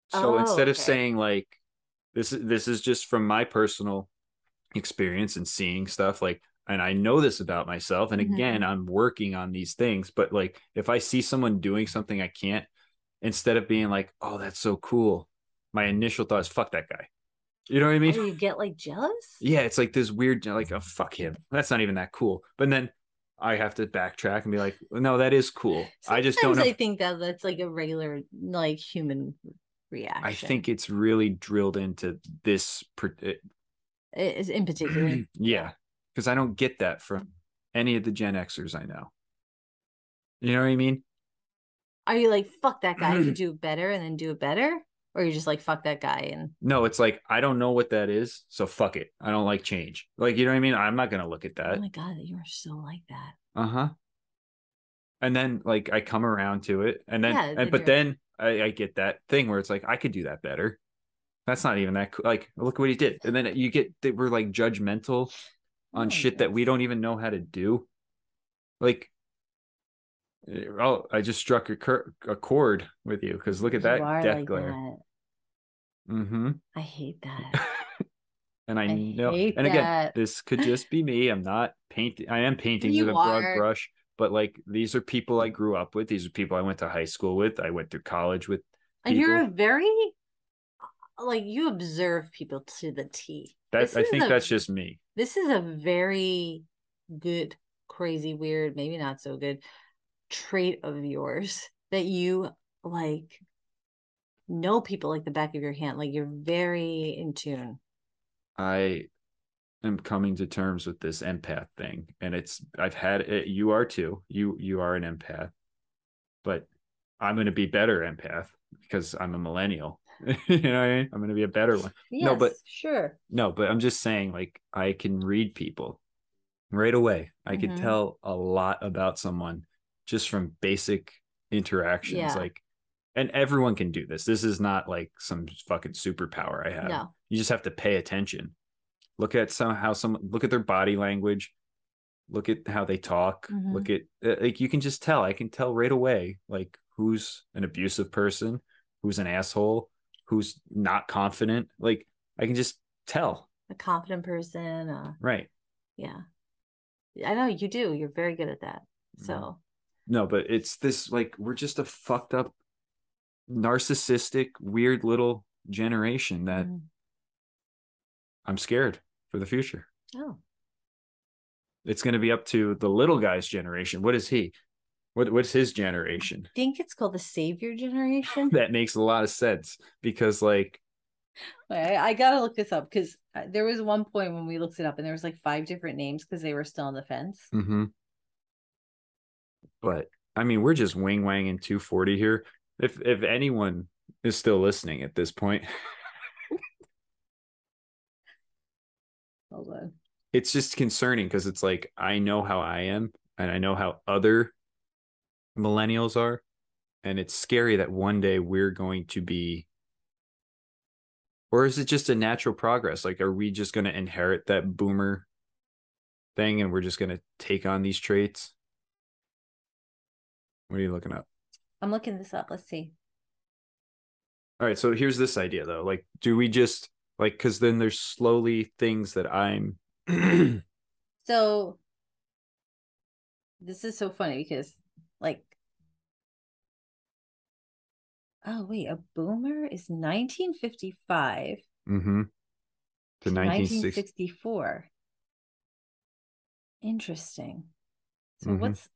S1: so
S2: Oh,
S1: instead of
S2: okay.
S1: saying like this is this is just from my personal experience and seeing stuff like and I know this about myself and
S2: Mhm.
S1: again I'm working on these things but like if I see someone doing something I can't instead of being like oh that's so cool my initial thought is fuck that guy you know what I mean
S2: oh, you get like jealous.
S1: yeah it's like this weird like oh fuck him that's not even that cool but then I have to backtrack and be like, no, that is cool. I just don't
S2: Sometimes
S1: know.
S2: I think that that's like a regular like human reaction.
S1: I think it's really drilled into this. per- eh,
S2: it is in particular.
S1: yeah, because I don't get that from any of the Gen Xers I know. You know what I mean?
S2: Are you like fuck that guy? You could do it better and then do it better, or you're just like fuck that guy and
S1: No, it's like I don't know what that is, so fuck it. I don't like change. Like you know what I mean? I'm not gonna look at that.
S2: oh my god, you are so like that.
S1: Uh huh. And then like I come around to it, and then
S2: Yeah,
S1: and-
S2: then
S1: but
S2: you're-
S1: then I, I get that thing where it's like I could do that better. That's not even that cool. Like look what he did, and then you get that we're like judgmental on
S2: Oh,
S1: shit that we don't even know how to do. Like, eh, oh, I just struck a, cur- a chord with you because look
S2: you
S1: at that
S2: are
S1: death
S2: like
S1: glare.
S2: that.
S1: Mm-hmm.
S2: I hate that.
S1: And I,
S2: I
S1: know,
S2: hate
S1: and again,
S2: that.
S1: this could just be me. I'm not painting. I am painting
S2: You
S1: with a broad
S2: are.
S1: brush, but like these are people I grew up with. These are people I went to high school with. I went through college with.
S2: And you're a
S1: people.
S2: very uh, like you observe people to the T.
S1: That
S2: This
S1: I
S2: is
S1: think
S2: a-
S1: that's just me.
S2: This is a very good, crazy, weird, maybe not so good trait of yours that you like know people like the back of your hand. Like you're very in tune.
S1: I am coming to terms with this empath thing, and it's I've had it. You are too. You you are an empath, but I'm going to be better empath because I'm a millennial. you know, what I mean? I'm going to be a better one. No, but-
S2: sure.
S1: No, but I'm just saying, like, I can read people right away. I could
S2: Mhm.
S1: tell a lot about someone just from basic interactions.
S2: Yeah.
S1: Like, and everyone can do this. This is not like some fucking superpower I have.
S2: No.
S1: You just have to pay attention. Look at some how some look at their body language. Look at how they talk.
S2: Mhm.
S1: Look at uh, like you can just tell. I can tell right away like who's an abusive person, who's an asshole, who's not confident. Like I can just tell.
S2: A confident person. Uh,
S1: Right.
S2: yeah. I know you do. You're very good at that.
S1: Mm-hmm.
S2: So
S1: No, but it's this like we're just a fucked up narcissistic weird little generation that
S2: mhm.
S1: I'm scared for the future.
S2: oh.
S1: It's going to be up to the little guy's generation. What is he? What what's his generation?
S2: I think it's called the savior generation.
S1: That makes a lot of sense because like
S2: Wait, I, I gotta look this up because there was one point when we looked it up and there was like five different names because they were still on the fence.
S1: mhm. But I mean, we're just wing wanging 240 here. If if anyone is still listening at this point,
S2: Hold on.
S1: it's just concerning because it's like I know how I am and I know how other millennials are. And it's scary that one day we're going to be, or is it just a natural progress? Like, are we just going to inherit that boomer thing and we're just going to take on these traits? What are you looking up?
S2: I'm looking this up. Let's see.
S1: All right, so here's this idea though. Like, do we just like because then there's slowly things that I'm Mm-hmm.
S2: So this is so funny because like oh wait, a boomer is 1955
S1: mm-hmm, to 1960.
S2: 1964. Interesting. So
S1: Mhm.
S2: what's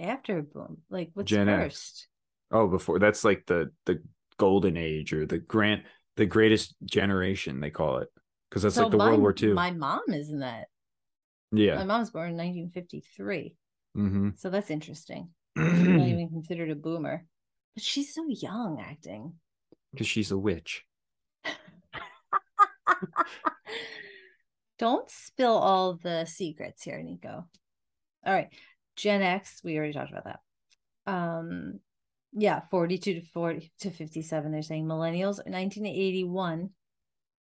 S2: after a boom? Like what's
S1: Gen X.
S2: first?
S1: Oh, before that's like the the golden age or the grant the greatest generation they call it because that's
S2: So
S1: like the
S2: my-
S1: World War II.
S2: My mom is in that. My
S1: yeah.
S2: mom's born in 1953.
S1: hmm
S2: So that's interesting. She's
S1: mm-hmm.
S2: not even considered a boomer. But she's so young acting.
S1: Because she's a witch.
S2: Don't spill all the secrets here, Nico. All right. Gen X, we already talked about that. Um yeah, 42 to 40 to 57 they're saying millennials 1981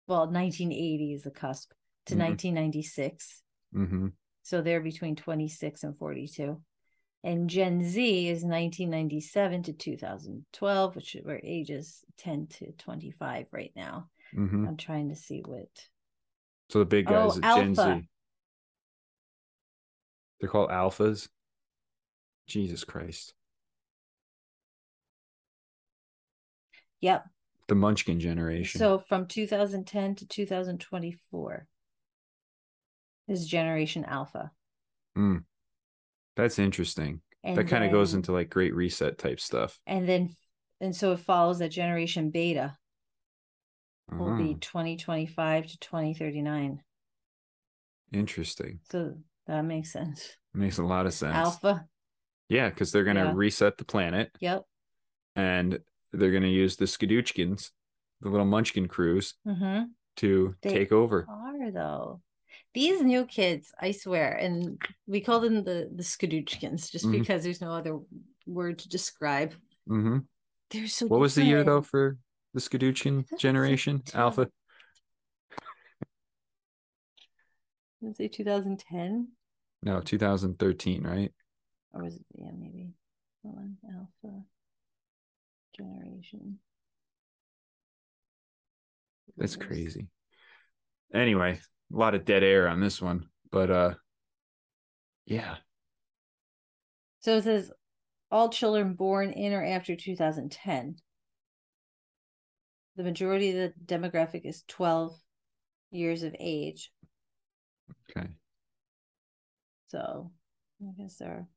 S2: well 1980 is the cusp to
S1: Mhm.
S2: 1996
S1: hmm
S2: so they're between 26 and 42 and gen z is 1997 to 2012 which were ages 10 to 25 right now
S1: hmm
S2: i'm trying to see what
S1: So the big guys
S2: Oh,
S1: at Gen
S2: alpha.
S1: Z. They're called alphas. Jesus Christ.
S2: yep
S1: The Munchkin generation.
S2: so from 2010 to 2024 is generation alpha
S1: Mm. That's interesting.
S2: And
S1: that kind of goes
S2: then-
S1: into like great reset type stuff.
S2: and then and so it follows that generation beta will be
S1: Oh,
S2: 2025 to 2039.
S1: Oh, interesting.
S2: So that makes sense.
S1: Makes a lot of sense.
S2: Alpha.
S1: Yeah, because they're gonna
S2: Yeah.
S1: reset the planet
S2: Yep.
S1: and they're gonna use the Skadoochkins, the little Munchkin crews,
S2: Mm-hmm.
S1: to
S2: They
S1: take over.
S2: Are though. These new kids, I swear, and we call them the the Skadoochkins just
S1: Mhm.
S2: because there's no other word to describe.
S1: hmm
S2: They're so.
S1: What was the year though for
S2: different.
S1: the Skadoochkin
S2: thought it was
S1: generation?
S2: two-
S1: Alpha.
S2: Let's say 2010
S1: No, 2013, right?
S2: or was it? Yeah, maybe. Hold on, Alpha generation.
S1: That's
S2: Years.
S1: crazy. Anyway, a lot of dead air on this one, but uh, yeah,
S2: So it says all children born in or after 2010. The majority of the demographic is 12 years of age.
S1: okay,
S2: So I guess our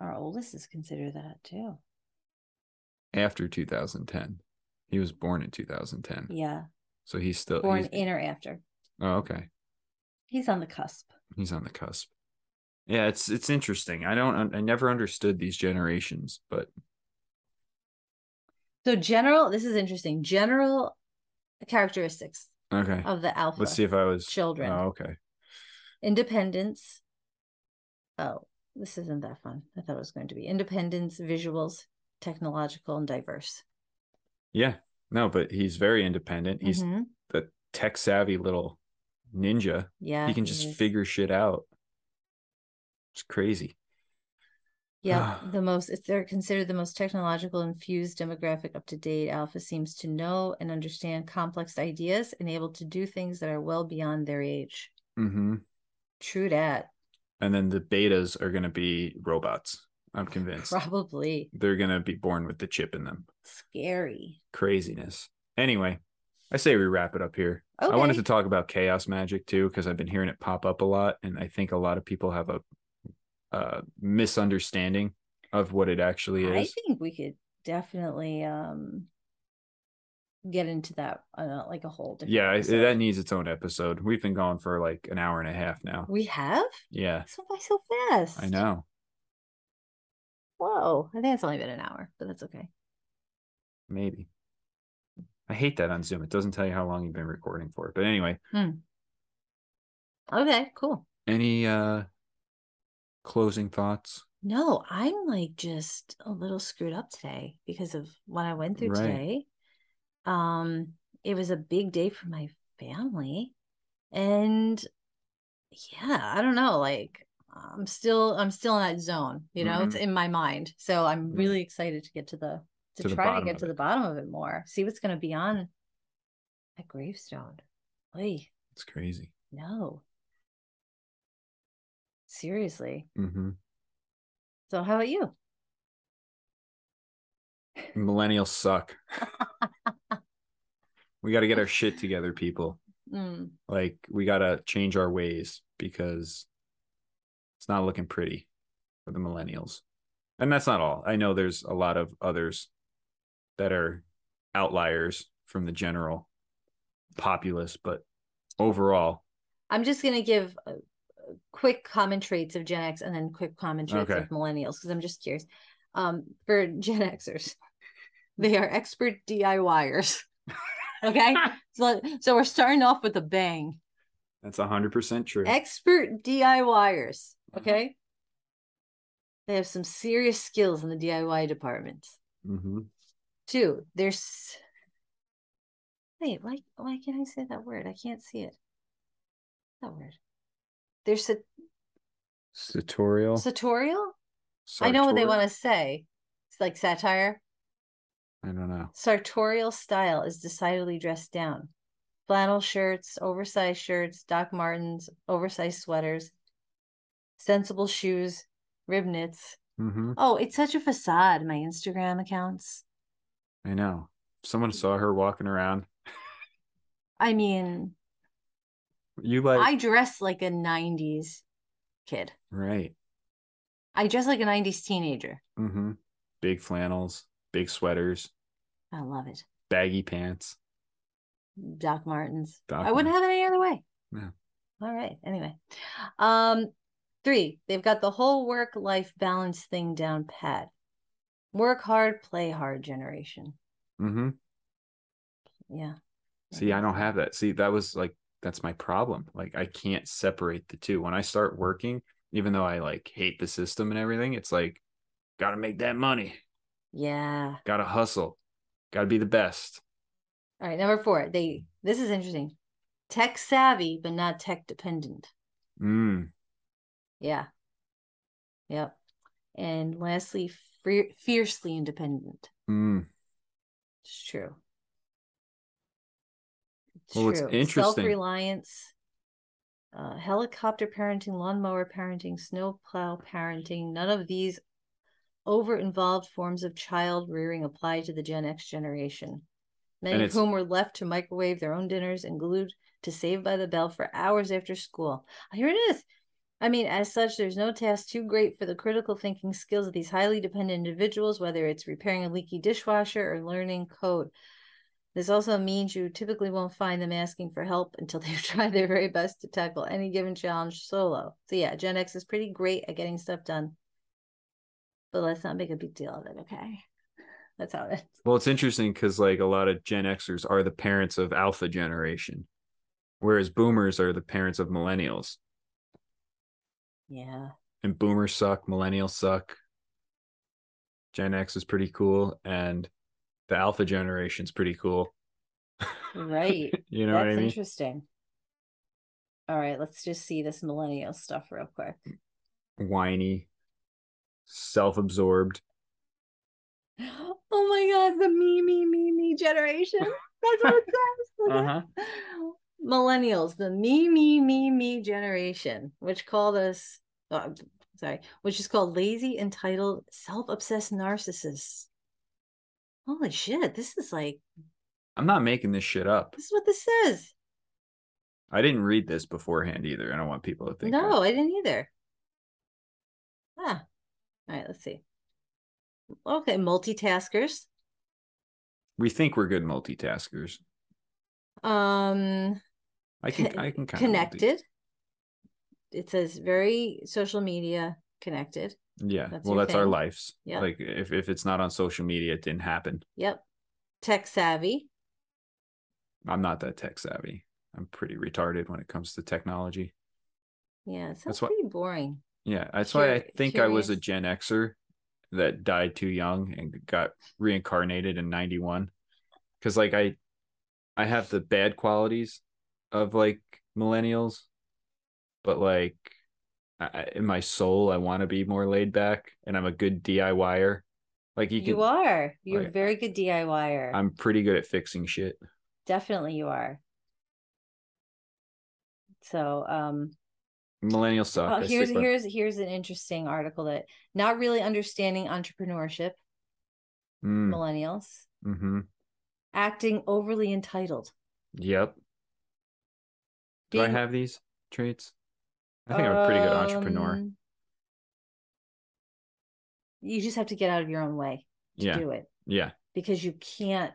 S2: our oldest is considered that too.
S1: after 2010, he was born in 2010,
S2: Yeah.
S1: so he's still
S2: Born
S1: he's-
S2: in or after.
S1: Oh, okay,
S2: He's on the cusp.
S1: he's on the cusp. Yeah, it's it's interesting. I don't, I never understood these generations, but
S2: So general, this is interesting. General characteristics
S1: okay,
S2: of the alpha.
S1: let's see if I was
S2: Oh, children.
S1: Oh, okay,
S2: Independence. Oh, this isn't that fun. I thought it was going to be independence, visuals, technological, and diverse.
S1: yeah, no, but he's very independent. He's
S2: Mhm.
S1: the tech savvy little ninja.
S2: yeah.
S1: he can just
S2: is.
S1: figure shit out. It's crazy.
S2: Yep,
S1: Ah.
S2: the most if they're considered the most technological infused demographic up to date, Alpha seems to know and understand complex ideas and able to do things that are well beyond their age.
S1: Mm-hmm.
S2: True that,
S1: And then the betas are going to be robots. I'm convinced
S2: probably
S1: they're going to be born with the chip in them.
S2: scary.
S1: Craziness. Anyway, I say we wrap it up here. I wanted
S2: Okay.
S1: to talk about chaos magic too because I've been hearing it pop up a lot, and I think a lot of people have a uh, misunderstanding of what it actually
S2: I
S1: is.
S2: think we could definitely um get into that on a, like a whole different.
S1: Yeah, I-
S2: episode.
S1: that needs its own episode. We've been going for like an hour and a half now.
S2: we have.
S1: Yeah,
S2: This went by so fast.
S1: I know.
S2: Whoa, I think it's only been an hour, but that's okay.
S1: Maybe. I hate that on Zoom. It doesn't tell you how long you've been recording for. But anyway,
S2: Okay, cool.
S1: any uh closing thoughts?
S2: No, I'm like just a little screwed up today because of what I went through
S1: Right.
S2: today. Um, it was a big day for my family. And yeah, I don't know, like I'm still I'm still in that zone, you know,
S1: Mm-hmm.
S2: it's in my mind. So I'm
S1: Mm.
S2: really excited to get to the to,
S1: To the
S2: try to
S1: bottom
S2: get
S1: of
S2: to
S1: it.
S2: the bottom of it more. See what's gonna be on a gravestone. Oy,
S1: It's crazy.
S2: no. Seriously.
S1: hmm
S2: So how about you?
S1: Millennials suck. we got to get our shit together, people.
S2: Mm,
S1: Like we got to change our ways because it's not looking pretty for the millennials. And that's not all. I know there's a lot of others that are outliers from the general populace, but overall,
S2: I'm just going to give uh, uh, quick common traits of Gen X and then quick common traits
S1: Okay.
S2: of millennials because I'm just curious. Um, for Gen Xers, they are expert DIYers. okay. So, so we're starting off with a bang.
S1: That's 100% true.
S2: Expert DIYers.
S1: Mhm.
S2: Okay. They have some serious skills in the DIY department.
S1: hmm
S2: Two, there's. Wait, why, why can't I say that word? I can't see it. That word. There's sa-
S1: Sartorial.
S2: sartorial? I know what they want to say. It's like satire.
S1: to. I don't know.
S2: Sartorial style is decidedly dressed down. Flannel shirts, oversized shirts, Doc Martens, oversized sweaters, sensible shoes, rib knits.
S1: hmm
S2: Oh, it's such a facade, my Instagram accounts.
S1: I know. If someone saw her walking around,
S2: I mean,
S1: you like,
S2: I dress like a 90s kid.
S1: right.
S2: I dress like a 90s teenager.
S1: Mm-hmm. Big flannels, big sweaters,
S2: I love it.
S1: baggy pants.
S2: Doc Martens.
S1: Doc
S2: I wouldn't have it any other way.
S1: No.
S2: All right. Anyway. Um, three, they've got the whole work life balance thing down pat. Work hard, play hard generation.
S1: Mm-hmm.
S2: Yeah.
S1: See, I don't have that. See, that was like that's my problem. Like I can't separate the two. When I start working, even though I like hate the system and everything, it's like gotta make that money,
S2: Yeah.
S1: gotta hustle, gotta be the best.
S2: All right, number four. They this is interesting. Tech savvy, but not tech dependent.
S1: Mm.
S2: Yeah. Yep. And lastly, fier- fiercely independent.
S1: Mm.
S2: It's true. It's
S1: Well, what's interesting-
S2: Self-reliance, uh, helicopter parenting, lawnmower parenting, snowplow parenting. None of these over-involved forms of child rearing apply to the Gen X generation.
S1: And
S2: Many of
S1: it's-
S2: whom were left to microwave their own dinners and glued to Saved by the Bell for hours after school. Here it is. I mean, as such, there's no task too great for the critical thinking skills of these highly dependent individuals, whether it's repairing a leaky dishwasher or learning code. This also means you typically won't find them asking for help until they've tried their very best to tackle any given challenge solo. So, yeah, Gen X is pretty great at getting stuff done, but let's not make a big deal of it, okay? That's how it is.
S1: Well, it's interesting because like a lot of Gen Xers are the parents of Alpha generation, whereas Boomers are the parents of Millennials.
S2: Yeah.
S1: And Boomers suck, Millennials suck. Gen X is pretty cool, and the Alpha generation's pretty cool.
S2: Right.
S1: You know
S2: That's
S1: what I mean?
S2: interesting. All right, let's just see this millennial stuff real quick.
S1: whiny, self-absorbed.
S2: Oh my god, the me, me, me, me generation. That's what it says. Look at
S1: Uh-huh.
S2: that. Millennials, the me, me, me, me generation, which called us, oh, I'm sorry, which is called lazy, entitled, self obsessed narcissists. Holy shit, this is like,
S1: I'm not making this shit up.
S2: this is what this says.
S1: I didn't read this beforehand either. I don't want people to think that.
S2: No, I didn't either. Ah, all right, let's see. Okay, multitaskers.
S1: We think we're good multitaskers.
S2: Um,
S1: I can
S2: Con-
S1: I can kind
S2: connected. It says very social media connected.
S1: yeah.
S2: That's
S1: well,
S2: your
S1: that's our
S2: thing.
S1: lives.
S2: Yeah.
S1: Like if if it's not on social media, it didn't happen.
S2: Yep. Tech savvy.
S1: I'm not that tech savvy. I'm pretty retarded when it comes to technology.
S2: Yeah, it sounds
S1: what-
S2: pretty boring.
S1: Yeah, that's why I
S2: Curi-
S1: think I was a
S2: curious.
S1: Gen Xer that died too young and got reincarnated in 91 cuz like I I have the bad qualities of like millennials but like I, I- in my soul I want to be more laid back and I'm a good DIYer. er. Like you
S2: You,
S1: can
S2: are. You're a
S1: like,
S2: very good DIYer.
S1: I'm pretty good at fixing shit.
S2: er. Definitely you are. So um
S1: Millennials suck.
S2: oh,
S1: I
S2: here's
S1: stick by-
S2: here's here's an interesting article that not really understanding entrepreneurship,
S1: Mm,
S2: millennials,
S1: mhm.
S2: acting overly entitled.
S1: Yep. Do I
S2: being-
S1: have these traits? I think I'm a pretty good entrepreneur.
S2: Um, You just have to get out of your own way to
S1: Yeah.
S2: do it
S1: Yeah.
S2: because you can't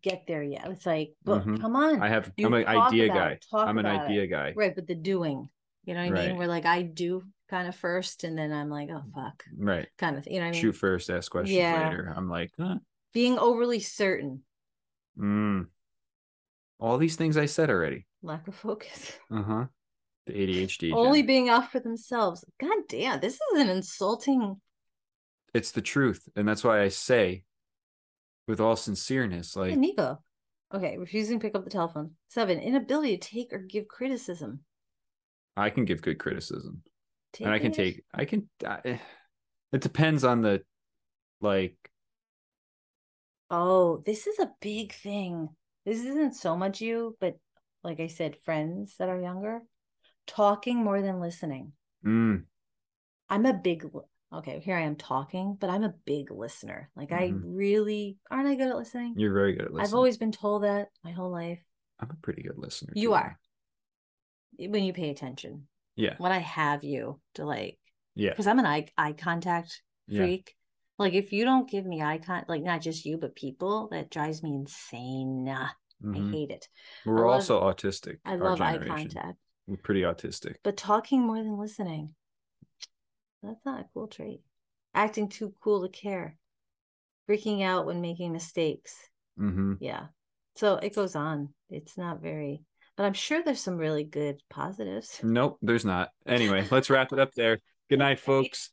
S2: get there yet. It's like, but
S1: Mhm.
S2: come on.
S1: I have
S2: You
S1: I'm an
S2: talk
S1: idea
S2: about
S1: guy.
S2: it, talk
S1: I'm an
S2: about it.
S1: idea guy.
S2: right, but the doing, you know what I
S1: Right.
S2: mean? We're like, I do kind of first, and then I'm like, oh fuck,
S1: Right.
S2: kind of, you know what I mean?
S1: Shoot first, ask questions
S2: Yeah.
S1: later. I'm like, huh?
S2: Being overly certain,
S1: mm. all these things I said already.
S2: lack of focus,
S1: Uh huh. The ADHD.
S2: only
S1: gen.
S2: being out for themselves. God damn, this is an insulting.
S1: it's the truth, and that's why I say, with all sincereness, like,
S2: Nico. Okay, refusing to pick up the telephone. Seven, inability to take or give criticism.
S1: I can give good criticism,
S2: Taking
S1: and I can
S2: it?
S1: take. I can. I, eh, it depends on the, like,
S2: Oh, this is a big thing. This isn't so much you, but like I said, friends that are younger, talking more than listening.
S1: mm,
S2: I'm a big, li- okay, here I am talking, but I'm a big listener. Like I
S1: Mhm.
S2: really, aren't I good at listening?
S1: you're very good at listening.
S2: I've always been told that my whole life.
S1: I'm a pretty good listener.
S2: You
S1: too.
S2: are when you pay attention,
S1: Yeah.
S2: when I have you to like
S1: Yeah.
S2: because I'm an eye eye contact
S1: Yeah.
S2: freak. Like if you don't give me eye contact, like not just you but people, that drives me insane. Nah, I
S1: Mhm.
S2: hate it.
S1: We're
S2: love-
S1: also autistic.
S2: I
S1: our
S2: love eye
S1: generation.
S2: contact,
S1: We're pretty autistic.
S2: but talking more than listening. That's not a cool trait. Acting too cool to care. Freaking out when making mistakes.
S1: Mm-hmm.
S2: Yeah. So it goes on. It's not very, but I'm sure there's some really good positives.
S1: Nope, there's not. Anyway, let's wrap it up there. Good night, folks.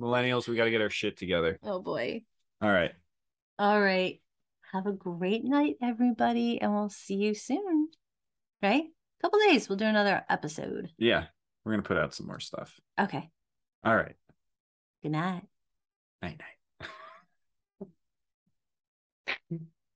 S1: Millennials, we got to get our shit together.
S2: Oh boy.
S1: All right.
S2: All right. Have a great night, everybody, and we'll see you soon. Right? Couple days, we'll do another episode.
S1: Yeah. We're going to put out some more stuff.
S2: Okay.
S1: All right.
S2: Good night.
S1: Night, night.